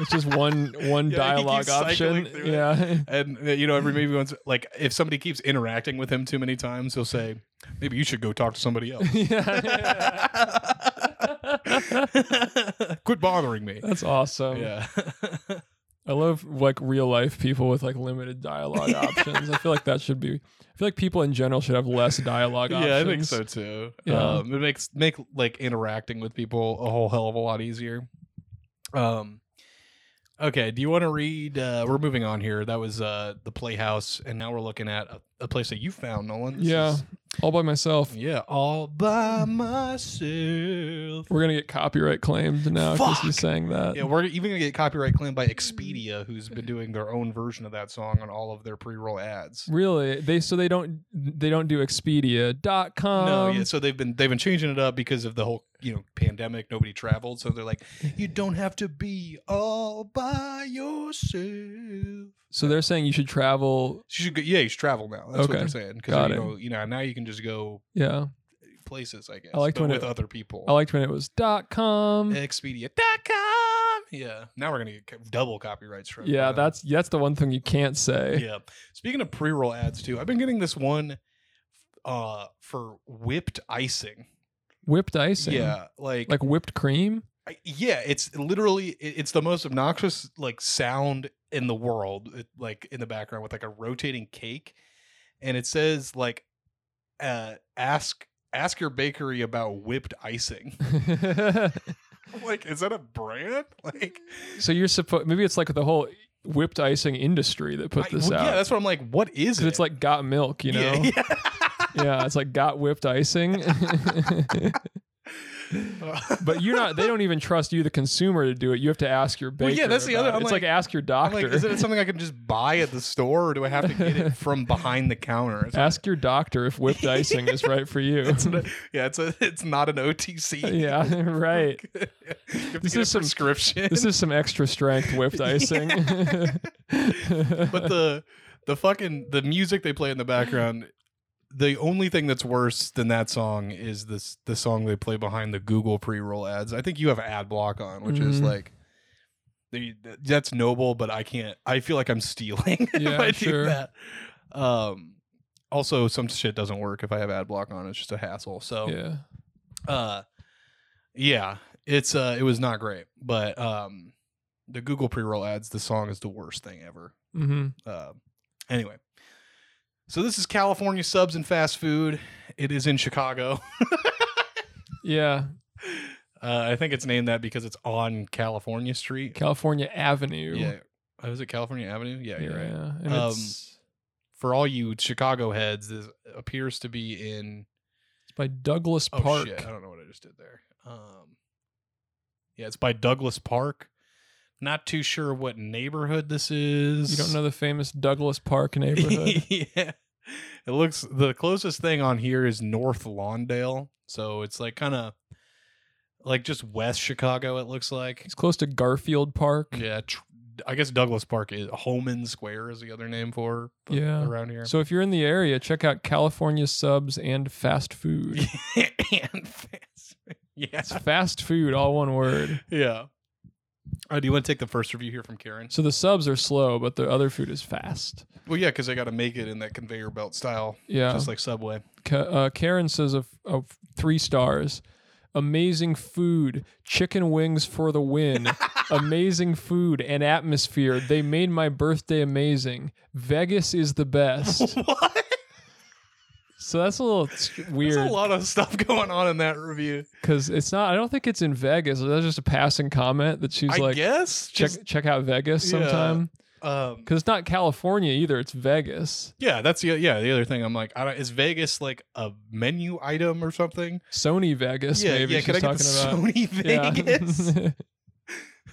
it's just one one Yeah, he dialogue keeps cycling option. through it. Yeah. and uh, you know, Mm. every movie wants like if somebody keeps interacting with him too many times, he'll say, "Maybe you should go talk to somebody else." yeah. Quit bothering me. That's awesome. Yeah, I love like real life people with like limited dialogue options. I feel like that should be. I feel like people in general should have less dialogue options. yeah, I think so too. Yeah. Um, it makes make like interacting with people a whole hell of a lot easier. Um. Okay, do you want to read? Uh, we're moving on here. That was uh, the Playhouse, and now we're looking at a, a place that you found, Nolan. This Yeah, is- all by myself. yeah, all by myself. We're gonna get copyright claimed now because you Fuck. sang that. Yeah, we're even gonna get copyright claimed by Expedia, who's been doing their own version of that song on all of their pre-roll ads. Really? They so they don't they don't do Expedia.com. no, yeah. So they've been they've been changing it up because of the whole you know pandemic. Nobody traveled, so they're like, you don't have to be all by yourself. So they're saying you should travel. She should go, yeah, you should travel now. That's what Okay. they're saying because Got you it. know you know now you can just go Yeah, places. I guess I liked but when with it- other people. I liked when it was dot com. Expedia.com. Yeah. Now we're gonna get co- double copyrights from yeah, them. that's that's the one thing you can't say. yeah. Speaking of pre-roll ads too, I've been getting this one uh for whipped icing. Whipped icing. Yeah, like, Like whipped cream. I- yeah, it's literally it- it's the most obnoxious like sound in the world, it- like in the background with like a rotating cake, and it says like, uh, ask ask your bakery about whipped icing. I'm like, is that a brand? Like, so you're supposed maybe it's like the whole whipped icing industry that put I- this well, out. yeah, that's what I'm like. What is 'Cause it? it's like got milk, you know. Yeah, Yeah, it's like got whipped icing. yeah. Uh, but you're not. They don't even trust you, the consumer, to do it. You have to ask your baker. Well, yeah, that's the other- about it. I'm It's like, like- ask your doctor. I'm like, is it something I can just buy at the store, or do I have to get it from behind the counter? It's- ask your doctor if whipped icing is right for you. it's not- yeah, it's a, it's not an OTC. yeah, right. you have to This get a is some- prescription. This is some extra strength whipped icing. but the the fucking the music they play in the background. The only thing that's worse than that song is this the song they play behind the Google pre-roll ads. I think you have ad block on, which is Mhm. like the, that's noble, but I can't. I feel like I'm stealing if Yeah, I sure. do that. Um, also, some shit doesn't work if I have ad block on. It's just a hassle. So yeah. uh yeah it's uh it was not great but um the google pre-roll ads the song is the worst thing ever hmm uh, anyway so this is california subs and fast food it is in chicago Yeah. uh, i think it's named that because it's on california street California Avenue. yeah oh, is it california avenue yeah you're right Yeah, And Um, it's, for all you chicago heads this appears to be in it's by Douglas Oh Park. shit! I don't know what I just did there. Um, yeah, it's by Douglas Park. Not too sure what neighborhood this is. You don't know the famous Douglas Park neighborhood. yeah, it looks the closest thing on here is North Lawndale, so it's like kind of like just West Chicago. It looks like. it's close to Garfield Park. Yeah, tr- I guess Douglas Park is Holman Square is the other name for but Yeah. around here. So if you're in the area, check out California Subs and Fast Food. and fast. Yeah, It's fast food, all one word. yeah. Uh, do you want to take the first review here from Karen? So the subs are slow, but the other food is fast. Well, yeah, because they got to make it in that conveyor belt style, Yeah. just like Subway. Ka- uh, Karen says of, of three stars. Amazing food, chicken wings for the win. amazing food and atmosphere. They made my birthday amazing. Vegas is the best. What? so that's a little s- There's a weird lot of stuff going on in that review. because it's not. I don't think it's in Vegas. That's just a passing comment that she's I like, guess. check just- check out Vegas Yeah. sometime. Um, Because it's not California either, it's Vegas. yeah, that's the yeah the other thing. I'm like, I don't, is Vegas like a menu item or something? Sony Vegas, yeah, maybe yeah. she's Can I get talking the about. Sony Vegas?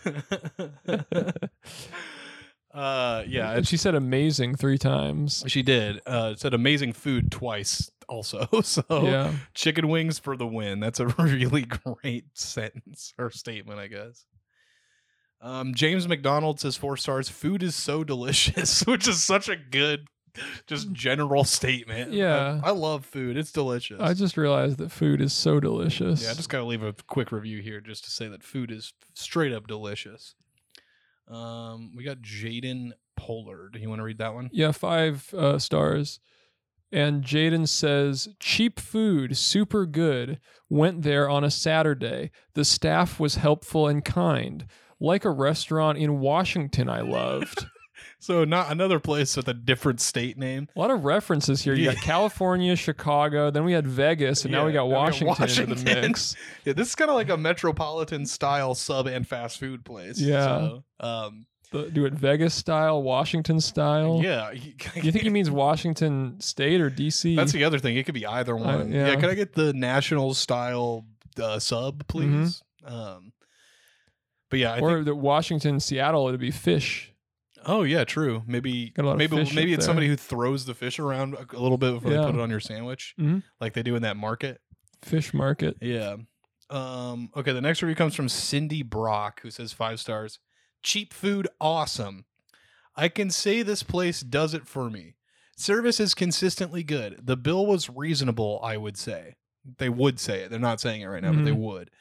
Yeah. uh, yeah, and she said amazing three times. She did. Uh, said amazing food twice also. So Yeah. chicken wings for the win. That's a really great sentence or statement, I guess. Um, James McDonald says four stars. Food is so delicious, which is such a good, just general statement. Mm. Yeah. I, I love food. It's delicious. I just realized that food is so delicious. yeah, I just gotta leave a quick review here just to say that food is straight up delicious. Um, we got Jaden Pollard. You want to read that one? Yeah, five uh, stars. And Jaden says, cheap food, super good. Went there on a Saturday. The staff was helpful and kind, like a restaurant in Washington I loved. So not another place with a different state name. a lot of references here. You got Yeah. California, Chicago, then we had Vegas, and now we Yeah, got now we Washington, got into the Washington. mix. Yeah, this is kind of like a metropolitan style sub and fast food place. Yeah. So, um, The- do it Vegas style, Washington style. yeah. You think he means Washington State or DC? That's e- the other thing. It could be either one. yeah. yeah. Mm-hmm. Can I get the national style uh, sub, please? Um, but yeah, I or think. the Washington, Seattle, it'd be fish. Oh yeah, true. Maybe Got a lot of maybe fish maybe up it's there. somebody who throws the fish around a a little bit before Yeah. they put it on your sandwich, Mhm. like they do in that market. Fish market. Yeah. Um, okay, the next review comes from Cindy Brock, who says five stars. Cheap food, awesome. I can say this place does it for me. Service is consistently good. The bill was reasonable, I would say. They would say it. They're not saying it right now, but they Mhm. would.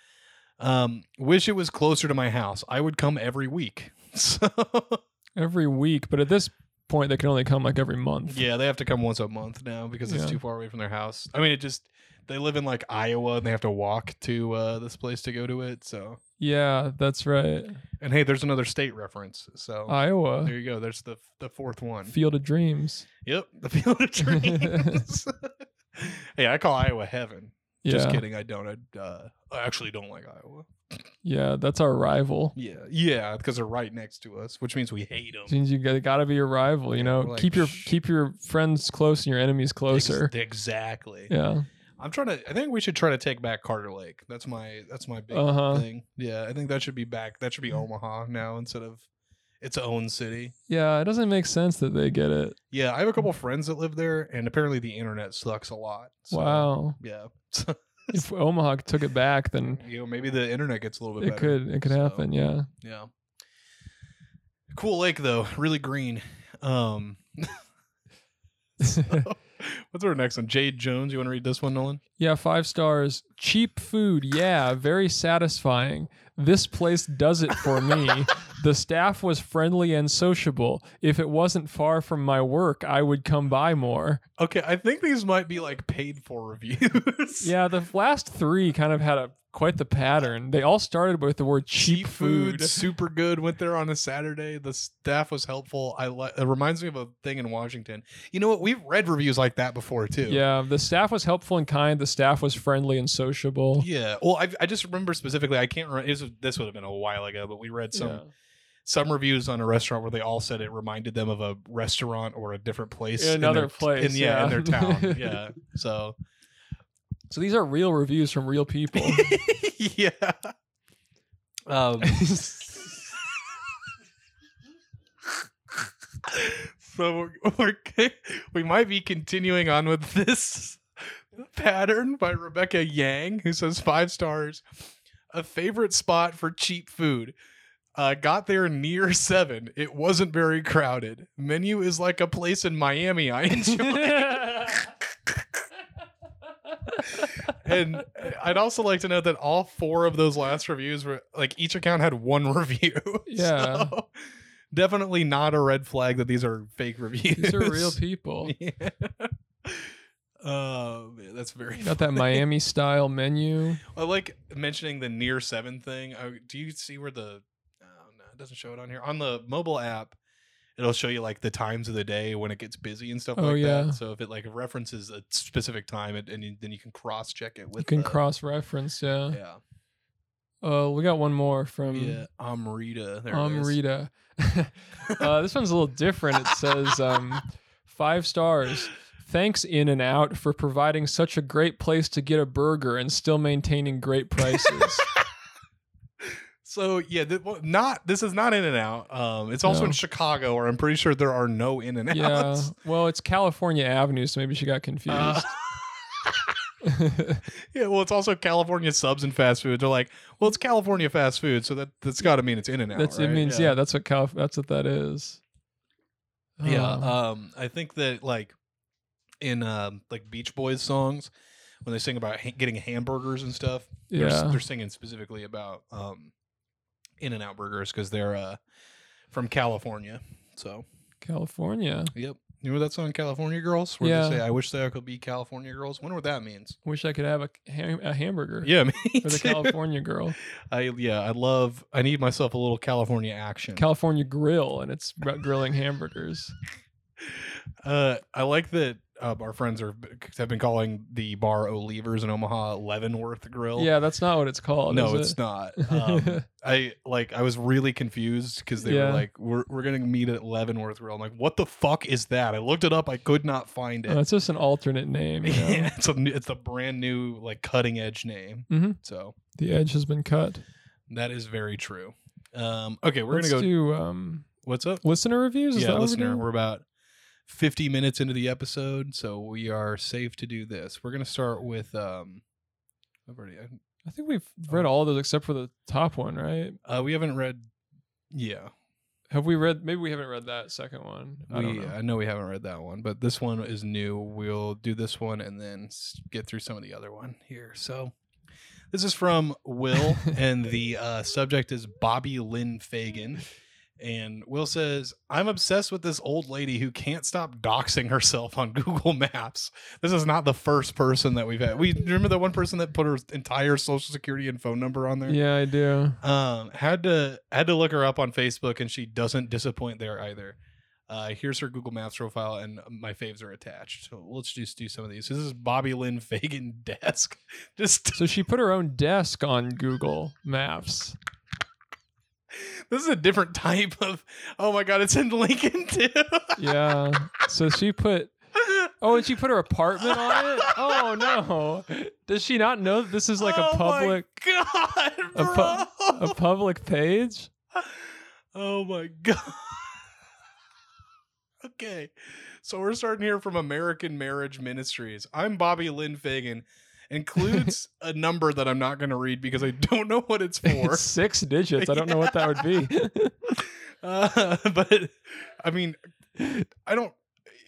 Um, wish it was closer to my house. I would come every week. So every week, but at this point they can only come like every month. yeah, they have to come once a month now because it's Yeah. too far away from their house. I mean, it just they live in like Iowa and they have to walk to uh, this place to go to it. So Yeah, that's right. And hey, there's another state reference. So Iowa, there you go. There's the the fourth Oh, one. Field of Dreams. yep, the Field of Dreams. hey, I call Iowa heaven. Yeah, Just kidding. I don't. I, uh, I actually don't like Iowa. yeah, that's our rival. Yeah, yeah, because they're right next to us, which means we hate them. Means you got got to be your rival. You Yeah, know, we're like, keep your "Shh." keep your friends close and your enemies closer. exactly. Yeah, I'm trying to. I think we should try to take back Carter Lake. That's my. That's my big Uh-huh. Mm-hmm. thing. Yeah, I think that should be back. That should be Omaha now instead of its own city. yeah. It doesn't make sense that they get it. Yeah, I have a couple Mm-hmm. friends that live there, and apparently the internet sucks a lot. So, Wow. Yeah. If Omaha took it back, then you know, maybe the internet gets a little bit it better. could it could so, happen. Yeah. Yeah. Cool lake though, really green. Um uh, what's our next one? Jade Jones. You want to read this one, Nolan? Yeah, five stars. Cheap food. Yeah, very satisfying. This place does it for me. the staff was friendly and sociable. If it wasn't far from my work, I would come by more. Okay, I think these might be like paid for reviews. Yeah, the last three kind of had a quite the pattern. They all started with the word cheap, food. super good. Went there on a Saturday. The staff was helpful. I li- it reminds me of a thing in Washington. You know what? We've read reviews like that before too. Yeah, the staff was helpful and kind. The staff was friendly and sociable. Yeah. Well, I, I just remember specifically. I can't remember. It was, this would have been a while ago, but we read some Yeah. some reviews on a restaurant where they all said it reminded them of a restaurant or a different place, In in their- another place, in, yeah, in yeah. their town, yeah. So, So these are real reviews from real people. yeah. Um, so we're, we're we might be continuing on with this pattern by Rebecca Yang, who says five stars, a favorite spot for cheap food. Uh, got there near seven. It wasn't very crowded. Menu is like a place in Miami. I enjoy. and I'd also like to note that all four of those last reviews were like each account had one review. Yeah. So, definitely not a red flag that these are fake reviews. These are real people. Yeah. Oh man, that's very. Got that Miami style menu. I like mentioning the near seven thing. I, do you see where the? Oh no, it doesn't show it on here. On the mobile app, it'll show you like the times of the day when it gets busy and stuff Oh, like yeah. that. So if it like references a specific time, it, and you, then you can cross check it with. You can the- cross reference, yeah. Yeah. Uh, we got one more from yeah, Amrita. There it is. Amrita. uh, this one's a little different. It says um, five stars. Thanks In and Out for providing such a great place to get a burger and still maintaining great prices. So yeah, th- well, not this is not In and Out. Um, it's also No. in Chicago, where I'm pretty sure there are no In and yeah. Outs. Well, it's California Avenue, so maybe she got confused. Uh, yeah, well, it's also California subs and fast food. They're like, well, it's California fast food, so that that's got to mean it's In and Out. that's it means yeah. that's what Calif- that's what that is. Yeah, Oh. um, I think that like in um, like Beach Boys songs, when they sing about ha- getting hamburgers and stuff, they're, s- yeah. they're singing specifically about um, In and Out burgers because they're uh, from California. So California. yep, you know that song California Girls, where Yeah. they say, "I wish there could be California girls." Wonder what that means. Wish I could have a, ham- a hamburger. Yeah, me For the too. California girl, I yeah, I love. I need myself a little California action. California grill, and it's about grilling hamburgers. Uh, I like that uh, our friends are have been calling the bar O'Leavers in Omaha Leavenworth Grill. Yeah, that's not what it's called. no, it's is it? not. Um, I like. I was really confused because they Yeah. were like, "We're we're gonna meet at Leavenworth Grill." I'm like, "What the fuck is that?" I looked it up. I could not find it. Oh, it's just an alternate name. you know? Yeah, it's a new- it's a brand new like cutting edge name. Mhm. So The edge has been cut. that is very true. Um, okay, we're Let's gonna go. do um, what's up? listener reviews. Is yeah, that what we're listener, doing? we're about 50 minutes into the episode, so we are safe to do this. We're going to start with um I've already I- I think we've read Um, all those except for the top one, right? uh we haven't read yeah. Have we read? Maybe we haven't read that second one. I don't we- know. I know we haven't read that one, but this one is new. We'll do this one and then s- get through some of the other one here. So this is from Will, and the uh, subject is Bobby Lynn Fagan. And Will says, I'm obsessed with this old lady who can't stop doxing herself on Google Maps. This is not the first person that we've had. We remember that one person that put her entire social security and phone number on there? yeah, I do. Um, had to had to look her up on Facebook, and she doesn't disappoint there either. Uh, here's her Google Maps profile, and uh, my faves are attached. So let's just do some of these. This is Bobby Lynn Fagan desk. Just So she put her own desk on Google Maps. this is a different type of. Oh my God, it's in Lincoln too. Yeah. So she put. Oh, and she put her apartment on it. Oh no! Does she not know that this is like a Oh my public God, a bro. a public page? oh my God. Okay. So we're starting here from American Marriage Ministries. I'm Bobby Lynn Fagan. Includes a number that I'm not going to read because I don't know what it's for. It's six digits. I don't know what that would be. Uh, but I mean, I don't.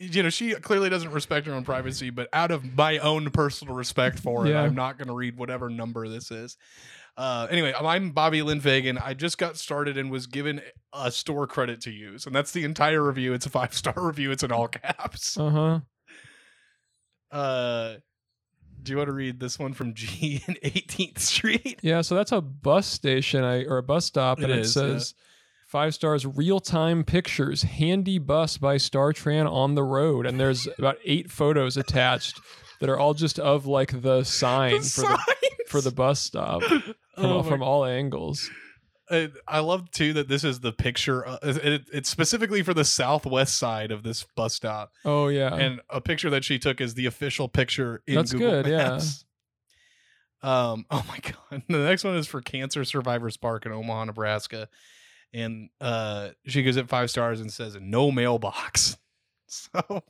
You know, she clearly doesn't respect her own privacy, but out of my own personal respect for it, Yeah. I'm not going to read whatever number this is. Uh, anyway, I'm Bobby Lynn Fagan. I just got started and was given a store credit to use, and that's the entire review. It's a five star review. It's in all caps. Uh huh. Uh, do you want to read this one from G and 18th Street? Yeah, so that's a bus station I or a bus stop, and It it, is, yeah. says five stars real time pictures, handy bus by StarTran on the road, and there's about eight photos attached that are all just of like the sign for the for the bus stop from, Oh my from all angles. I, I love too that this is the picture. Uh, it, it's specifically for the southwest side of this bus stop, Oh yeah, and a picture that she took is the official picture in That's Google good, yeah. Maps. Um. Oh my god. The next one is for Cancer Survivors Park in Omaha, Nebraska, and uh, she gives it five stars and says no mailbox. So,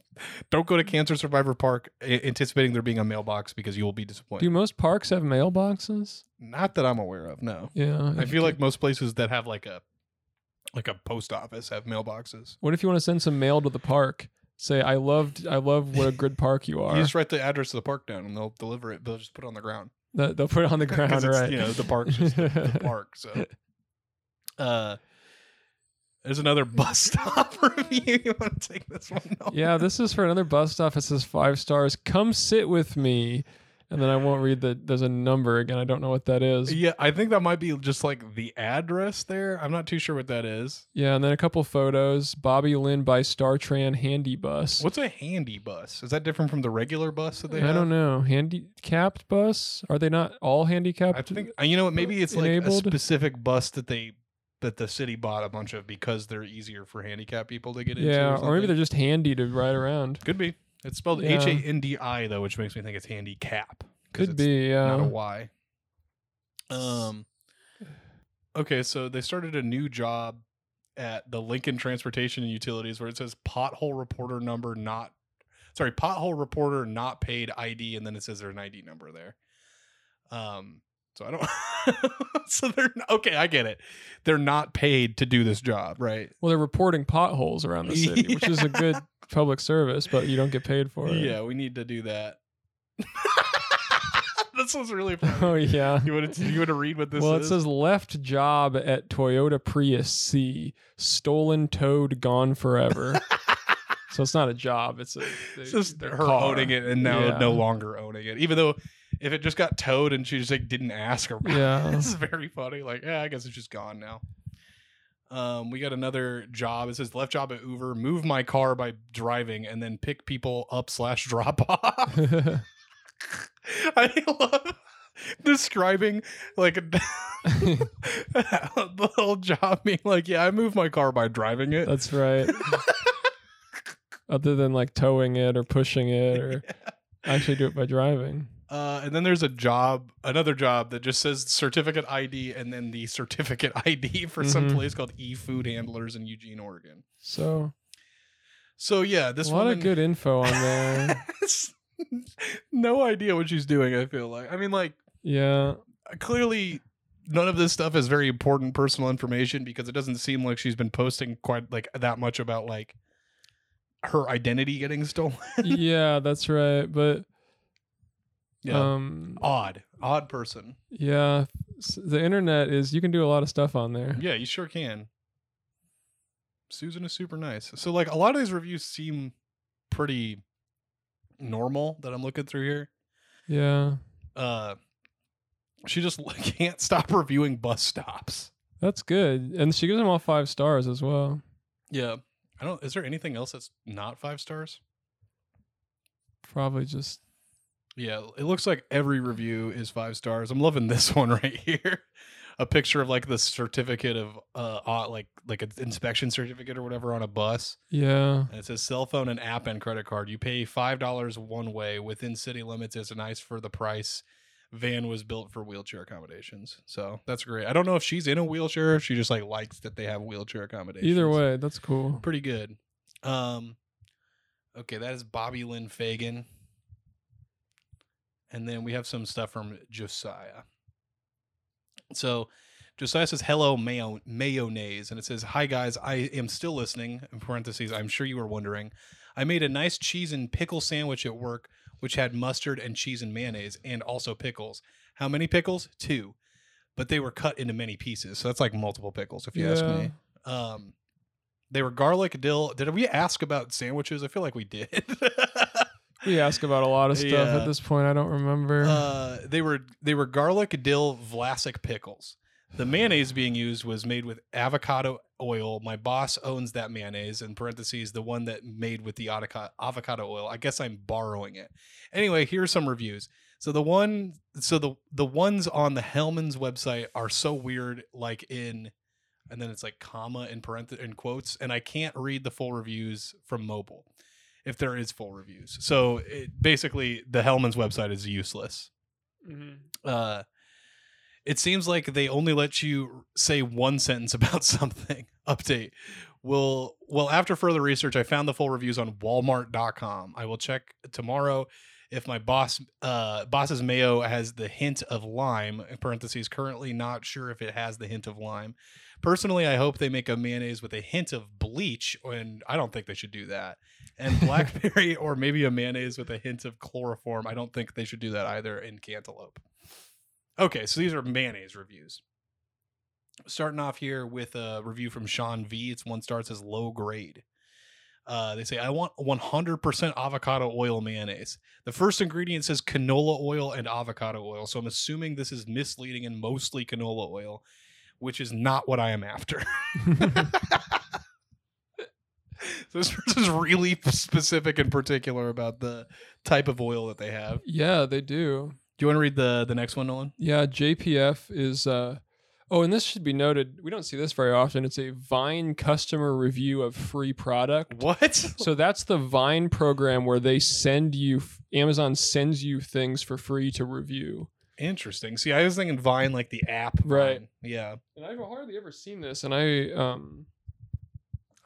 don't go to Cancer Survivor Park a- anticipating there being a mailbox because you will be disappointed. do most parks have mailboxes? Not that I'm aware of. No. Yeah, I feel like most places that have like a like a post office have mailboxes. What if you want to send some mail to the park? Say I loved I love what a good park you are. You just write the address of the park down, and they'll deliver it. They'll just put it on the ground They'll they'll put it on the ground, because it's right? you know the park's just the, the park. So, uh, there's another bus stop review. You want to take this one? No. Yeah, this is for another bus stop. It says five stars. Come sit with me And then I won't read the there's a number again. I don't know what that is. Yeah, I think that might be just like the address there. I'm not too sure what that is. Yeah, and then a couple photos. Bobby Lynn by StarTran Handy Bus. What's a handy bus? Is that different from the regular bus that they I have? don't know. Handicapped bus? Are they not all handicapped? I think uh, you know what. Maybe it's like Enabled? a specific bus that they that the city bought a bunch of because they're easier for handicapped people to get into. yeah, or maybe something. they're just handy to ride around. could be. It's spelled Yeah. H A N D I though, which makes me think it's handicap. 'cause Could it's be. Yeah. not a Y. Um. Okay, so they started a new job at the Lincoln Transportation and Utilities, where it says pothole reporter number not, sorry, pothole reporter not paid ID, and then it says there's an ID number there. Um. So I don't. so they're okay. I get it. They're not paid to do this job, right? Well, they're reporting potholes around the city, which is a good public service, but you don't get paid for it. Yeah, we need to do that. this was really Oh funny. yeah. You want to you want to read what this well, is? it says left job at Toyota Prius C, stolen toad gone forever. so it's not a job; it's a they, It's just their her car. owning it and now Yeah. no longer owning it. Even though if it just got towed and she just like didn't ask her, Yeah. this is very funny. Like, yeah, I guess it's just gone now. Um, we got another job. It says left job at Uber, move my car by driving and then pick people up slash drop off. I love describing like the whole job being like, yeah, I move my car by driving it. That's right. Other than like towing it or pushing it, or I actually do it by driving. Uh, and then there's a job, another job that just says certificate ID and then the certificate ID for some Mhm. place called E Food Handlers in Eugene, Oregon. So So yeah, this a lot woman of good info on there. has no idea what she's doing. I feel like, I mean, like yeah, clearly none of this stuff is very important personal information because it doesn't seem like she's been posting quite like that much about like her identity getting stolen. yeah, that's right. But Yeah, um, odd, odd person. yeah, s- the internet is you can do a lot of stuff on there. Yeah, you sure can. Susan is super nice. So like a lot of these reviews seem pretty normal that I'm looking through here. Yeah, Uh she just can't stop reviewing bus stops. that's good. And she gives them all five stars as well. Yeah. I don't is there anything else that's not 5 stars? Probably just Yeah, it looks like every review is 5 stars. I'm loving this one right here. A picture of like the certificate of uh au- like like an inspection certificate or whatever on a bus. yeah. And it says cell phone and app and credit card. You pay five dollars one way within city limits. It's nice for the price. Van was built for wheelchair accommodations, so that's great. I don't know if she's in a wheelchair. Or if she just like likes that they have wheelchair accommodations. Either way, that's cool. pretty good. Um, okay, that is Bobby Lynn Fagan, and then we have some stuff from Josiah. So. Josiah says, hello, mayo- mayonnaise. And it says, hi, guys. I am still listening. In parentheses, I'm sure you were wondering. I made a nice cheese and pickle sandwich at work, which had mustard and cheese and mayonnaise and also pickles. How many pickles? Two. But they were cut into many pieces. So that's like multiple pickles, if you ask Yeah. me. Um, they were garlic, dill. Did we ask about sandwiches? I feel like we did. We ask about a lot of stuff Yeah. at this point. I don't remember. Uh, they were they were garlic dill vlasic pickles. The mayonnaise being used was made with avocado oil. My boss owns that mayonnaise. In parentheses, the one that made with the avoca- avocado oil. I guess I'm borrowing it. Anyway, here are some reviews. So the one, so the the ones on the Hellman's website are so weird. Like in, and then it's like comma in parenth in quotes, and I can't read the full reviews from mobile if there is full reviews. So it, basically, the Hellman's website is useless uh it seems like they only let you say one sentence about something update will well after further research i found the full reviews on walmart.com i will check tomorrow if my boss uh boss's mayo has the hint of lime in parentheses currently not sure if it has the hint of lime personally i hope they make a mayonnaise with a hint of bleach and i don't think they should do that and blackberry or maybe a mayonnaise with a hint of chloroform i don't think they should do that either in cantaloupe Okay, so these are mayonnaise reviews. Starting off here with a review from Sean V. It's one star. It says low grade. Uh, they say, I want 100% avocado oil mayonnaise. The first ingredient says canola oil and avocado oil. So I'm assuming this is misleading and mostly canola oil, which is not what I am after. Uh. so this person's really specific and particular about the type of oil that they have. Yeah, they do. Do you want to read the, the next one, Nolan? Yeah, JPF is. Uh, oh, and this should be noted. We don't see this very often. It's a Vine customer review of free product. What? So that's the Vine program where they send you, Amazon sends you things for free to review. Interesting. See, I was thinking Vine like the app. Right. Vine. Yeah. And I've hardly ever seen this, and I um,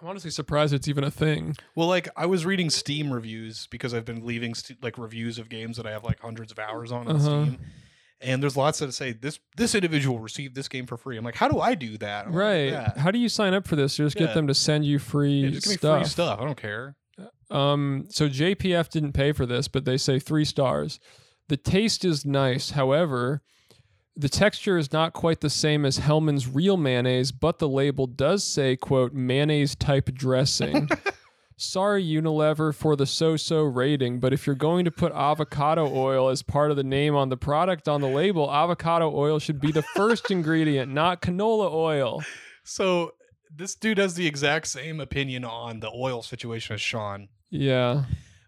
I'm honestly surprised it's even a thing. Well, like I was reading Steam reviews because I've been leaving st- like reviews of games that I have like hundreds of hours on on Uh-huh. Steam, and there's lots that say this this individual received this game for free. I'm like, how do I do that? I'm like, Right. Yeah. How do you sign up for this? You just Yeah. get them to send you free Yeah, just give me stuff. free stuff. I don't care. Um, so JPF didn't pay for this, but they say three stars. The taste is nice. However, the texture is not quite the same as Hellman's real mayonnaise, but the label does say, quote, mayonnaise type dressing. Sorry, Unilever, for the so so rating, but if you're going to put avocado oil as part of the name on the product on the label, avocado oil should be the first ingredient, not canola oil. So this dude has the exact same opinion on the oil situation as Sean. Yeah.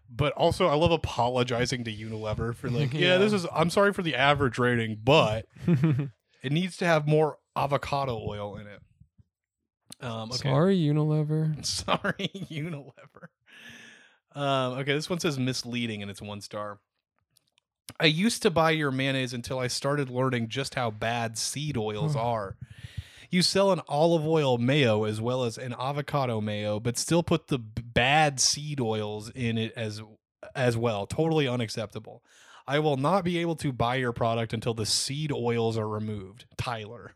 But also, I love apologizing to Unilever for like, yeah, Yeah. this is. I'm sorry for the average rating, but it needs to have more avocado oil in it. Um, okay. Sorry, Unilever. Sorry, Unilever. Um, okay, this one says misleading and it's one star. I used to buy your mayonnaise until I started learning just how bad seed oils Huh. are. You sell an olive oil mayo as well as an avocado mayo, but still put the b- bad seed oils in it as as well. Totally unacceptable. I will not be able to buy your product until the seed oils are removed. Tyler.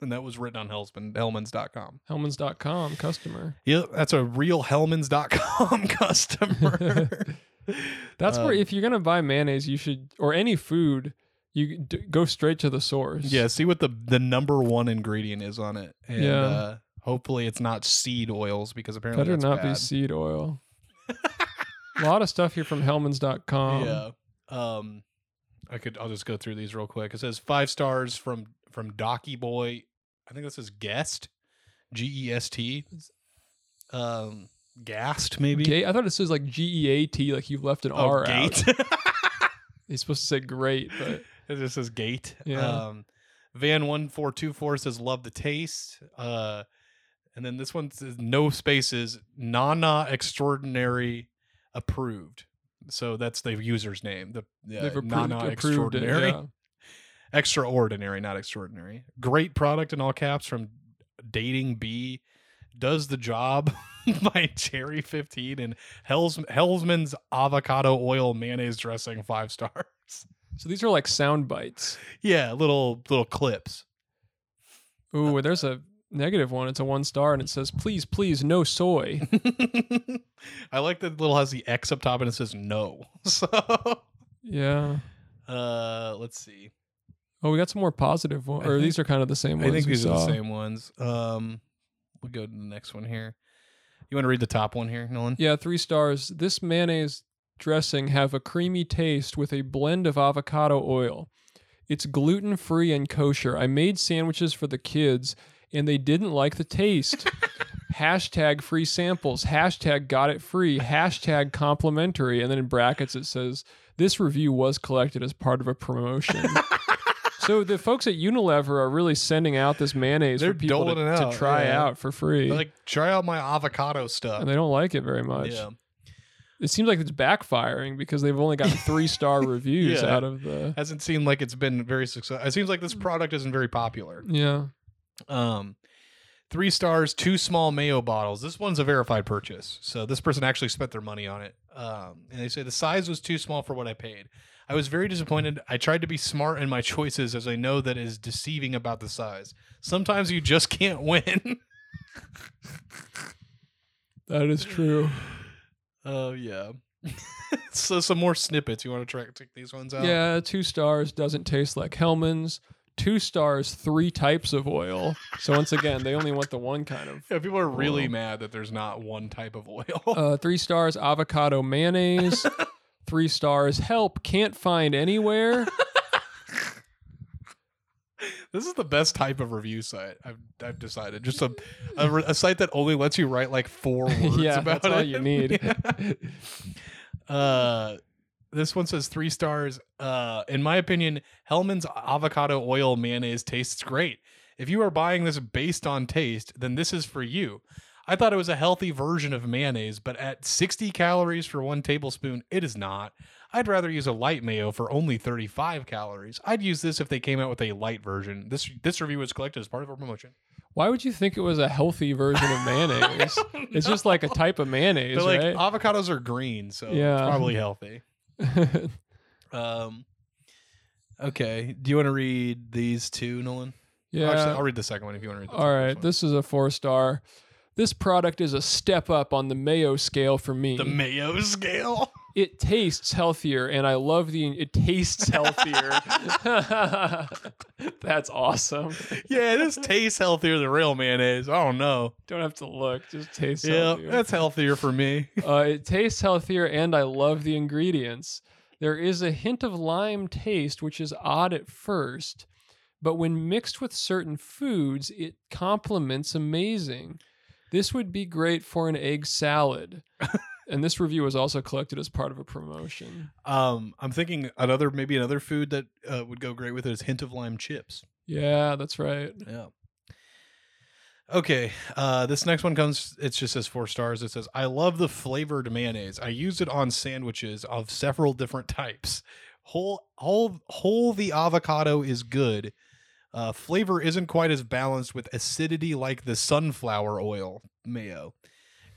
And that was written on Hellman, Hellman's.com. Hellman's.com customer. Yep, that's a real Hellman's.com customer. That's where Um, if you're gonna buy mayonnaise, you should or any food, you d- go straight to the source. yeah, see what the the number one ingredient is on it, and Yeah. uh, hopefully it's not seed oils because apparently better that's not be bad. seed oil. A lot of stuff here from Hellman's.com. yeah. Um, I could. I'll just go through these real quick. It says five stars from from Docky Boy. I think this is guest, G E S T. Um, gassed maybe. Gate. I thought it says like G E A T, like you've left an Oh, R out. gate. He's supposed to say great, but It just says gate. Yeah. Um, Van one four two four says love the taste. Uh, and then this one says no spaces. Nana extraordinary approved. So that's the user's name. The yeah, they've approved, Nana approved it. extraordinary, yeah. extraordinary, not extraordinary. Great product in all caps from dating B. Does the job by Cherry fifteen and Hell's, Hellsman's avocado oil mayonnaise dressing five stars. So these are like sound bites. Yeah, little little clips. Ooh, there's a negative one. It's a one star, and it says, "Please, please, no soy." I like that little has the X up top and it says no. So yeah. uh let's see. Oh, we got some more positive ones. I Or think- these are kind of the same ones. I think we these are saw. the same ones. Um we'll go to the next one here. You want to read the top one here, Nolan? Yeah, three stars. This mayonnaise dressing have a creamy taste with a blend of avocado oil. It's gluten free and kosher. I made sandwiches for the kids and they didn't like the taste. hashtag free samples. Hashtag got it free. Hashtag complimentary. And then in brackets it says this review was collected as part of a promotion. so the folks at Unilever are really sending out this mayonnaise They're for people to, doling it to out, try yeah. out for free. Like uh, try out my avocado and stuff. they don't like it very much Yeah. it seems like it's backfiring because they've only gotten three star reviews Yeah. out of the Hasn't seemed like it's been very successful. It seems like this product isn't very popular. yeah Um, three stars, two small mayo bottles. This one's a verified purchase, so this person actually spent their money on it. Um, and they say the size was too small for what I paid. I was very disappointed. I tried to be smart in my choices, as I know that is deceiving about the size. Sometimes you just can't win. that is true Oh yeah. so some more snippets. You want to track check these ones out? yeah two stars doesn't taste like hellman's two stars, three types of oil. So once again, they only want the one kind of. Yeah, people are really Oil. mad that there's not one type of oil. Uh, three stars, avocado mayonnaise. three stars, help, can't find anywhere. this is the best type of review site I've, I've decided. Just a, a re- a site that only lets you write like four words yeah, about that's all it. you need. Yeah. Uh, this one says three stars. Uh, in my opinion, Hellman's avocado oil mayonnaise tastes great. If you are buying this based on taste, then this is for you. I thought it was a healthy version of mayonnaise, but at 60 calories for one tablespoon, it is not. I'd rather use a light mayo for only 35 calories. I'd use this if they came out with a light version. This this review was collected as part of our promotion. Why would you think it was a healthy version of mayonnaise? it's just like a type of mayonnaise, They're like right? avocados are green, so it's Yeah. probably healthy. "Ah." Um. Okay. Do you want to read these two, Nolan? yeah. Actually, I'll read the second one if you want to read. The All right, This this is a four star. This product is a step up on the mayo scale for me. the Mayo scale. it tastes healthier, and I love the. It tastes healthier. That's awesome. yeah, this tastes healthier than real mayonnaise. I don't know. Don't have to look. Just tastes Yeah, healthier. that's healthier for me. Uh, it tastes healthier, and I love the ingredients. There is a hint of lime taste, which is odd at first, but when mixed with certain foods, it complements amazing. This would be great for an egg salad. and this review was also collected as part of a promotion. Um, I'm thinking another maybe another food that uh, would go great with it is hint of lime chips. Yeah, that's right. Yeah. Okay. Uh, this next one comes. It just says four stars. It says, "I love the flavored mayonnaise. I used it on sandwiches of several different types. Whole, whole, whole. The avocado is good. Uh, flavor isn't quite as balanced with acidity like the sunflower oil mayo.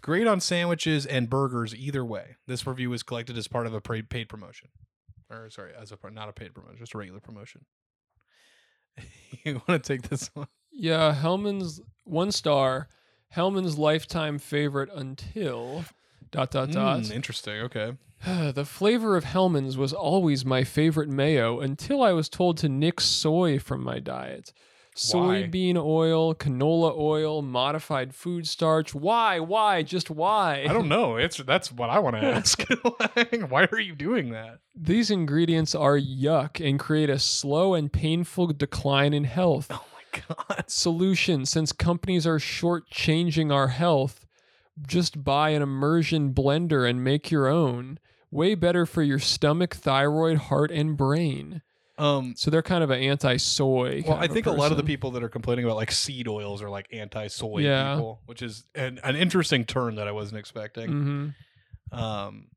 Great on sandwiches and burgers either way. This review was collected as part of a pra- paid promotion, or sorry, as a not a paid promotion, just a regular promotion. you want to take this one?" Yeah, Hellman's one star, Hellman's lifetime favorite until dot dot dot. Mm, interesting. Okay. the flavor of Hellman's was always my favorite mayo until I was told to nix soy from my diet. Why? Soybean oil, canola oil, modified food starch. Why? Why? Just why? I don't know. It's that's what I want to ask. Like, why are you doing that? These ingredients are yuck and create a slow and painful decline in health. Oh my god. Solution since companies are shortchanging our health, just buy an immersion blender and make your own. Way better for your stomach, thyroid, heart, and brain. Um. So they're kind of an anti-soy. Well, kind I of think a, lot of the person. people that are complaining about like seed oils are like anti-soy Yeah. people, which is an, an interesting term that I wasn't expecting. Mhm. Um.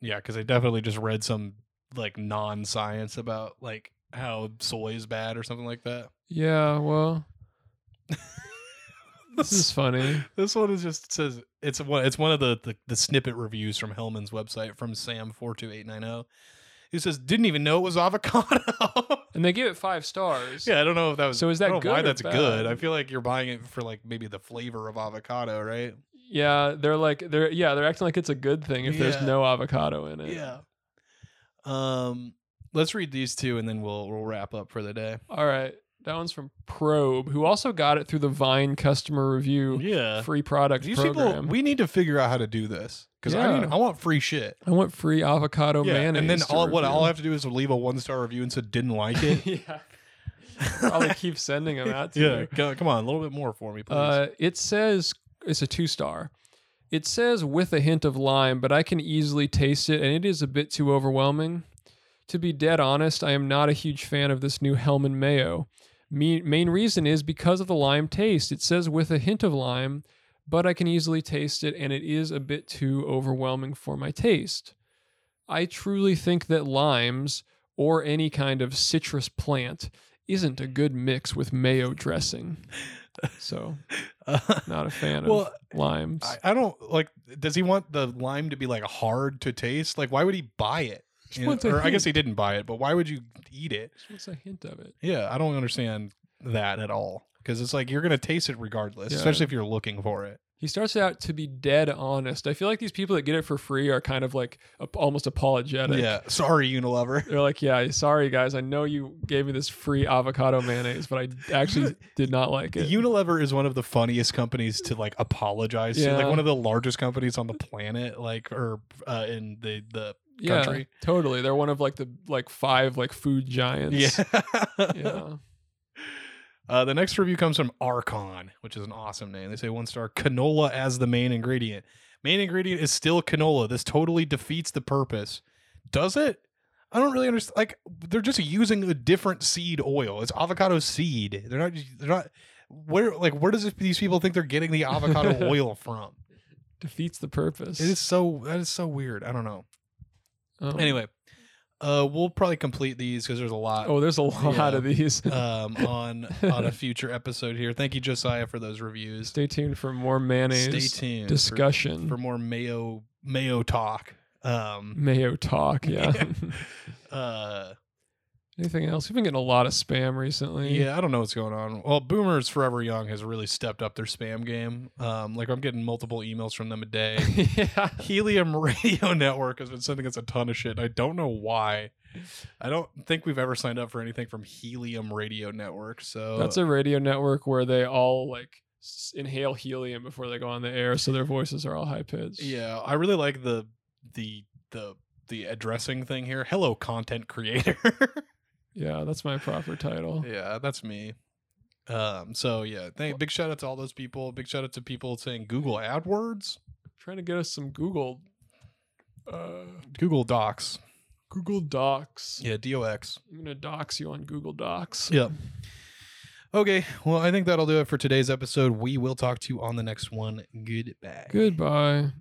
Yeah, because I definitely just read some like non-science about like how soy is bad or something like that. Yeah. Well, this is funny. This one is just says it's one it's one of the, the the snippet reviews from Hellman's website from Sam four two eight nine zero. Who says didn't even know it was avocado? And they give it five stars. yeah, I don't know if that was. So is that I don't know why good or that's good? bad? I feel like you're buying it for like maybe the flavor of avocado, right? Yeah. They're like they're yeah they're acting like it's a good thing if there's Yeah. no avocado in it. Um, let's read these two and then we'll we'll wrap up for the day. All right. That one's from Probe, who also got it through the Vine customer review Yeah. free product These program. people, we need to figure out how to do this because I Yeah. Oh, need, I want free shit. I want free avocado yeah, mayonnaise. and then to all, what review. I'll have to do is leave a one star review and said didn't like it. yeah. Probably keep sending them out to yeah, you. go, come on, a little bit more for me, please. Uh, it says it's a two star. It says with a hint of lime, but I can easily taste it, and it is a bit too overwhelming. To be dead honest, I am not a huge fan of this new Hellman mayo. Me- main reason is because of the lime taste. It says with a hint of lime, but I can easily taste it, and it is a bit too overwhelming for my taste. I truly think that limes or any kind of citrus plant isn't a good mix with mayo dressing. So not a fan Well, of limes. I, I don't like. Does he want the lime to be like hard to taste? Like, why would he buy it? You know, wants a or I guess hint. he didn't buy it, but why would you eat it? What's a hint of it? Yeah, I don't understand that at all. Because it's like you're gonna taste it regardless, Yeah. especially if you're looking for it. He starts out to be dead honest. I feel like these people that get it for free are kind of like ap- almost apologetic. yeah. Sorry, Unilever. They're like, yeah, sorry guys, I know you gave me this free avocado mayonnaise, but I actually did not like it. Unilever is one of the funniest companies to like apologize to, like Yeah. one of the largest companies on the planet, like or uh, in the the yeah, country. totally. They're one of like the like five like food giants. yeah. Uh, the next review comes from Archon, which is an awesome name. They say one star canola as the main ingredient. Main ingredient is still canola. This totally defeats the purpose. Does it? I don't really understand. Like they're just using a different seed oil. It's avocado seed. They're not. They're not. Where like where does this, these people think they're getting the avocado oil from? Defeats the purpose. It is so that is so weird. I don't know. Um, Anyway, uh, we'll probably complete these because there's a lot Oh, there's a lot Yeah. of these. um, on on a future episode here. Thank you, Josiah, for those reviews. Stay tuned for more mayonnaise Stay tuned for- discussion. for, more mayo mayo talk. Um, Mayo talk, yeah. uh, Anything else? We've been getting a lot of spam recently. yeah, I don't know what's going on. Well, Boomers Forever Young has really stepped up their spam game. Um, like I'm getting multiple emails from them a day. yeah. Helium Radio Network has been sending us a ton of shit. I don't know why. I don't think we've ever signed up for anything from Helium Radio Network. So That's a radio network where they all like s- inhale helium before they go on the air, so their voices are all high pitched. yeah. I really like the the the the addressing thing here. Hello, content creator. Yeah, that's my proper title. yeah, that's me. Um. So yeah, thank big shout out to all those people. Big shout out to people saying Google AdWords, Trying to get us some Google uh Google Docs. Google Docs. Yeah, DOX. I'm gonna dox you on Google Docs. Yep. Okay. Well, I think that'll do it for today's episode. We will talk to you on the next one. Goodbye. Goodbye.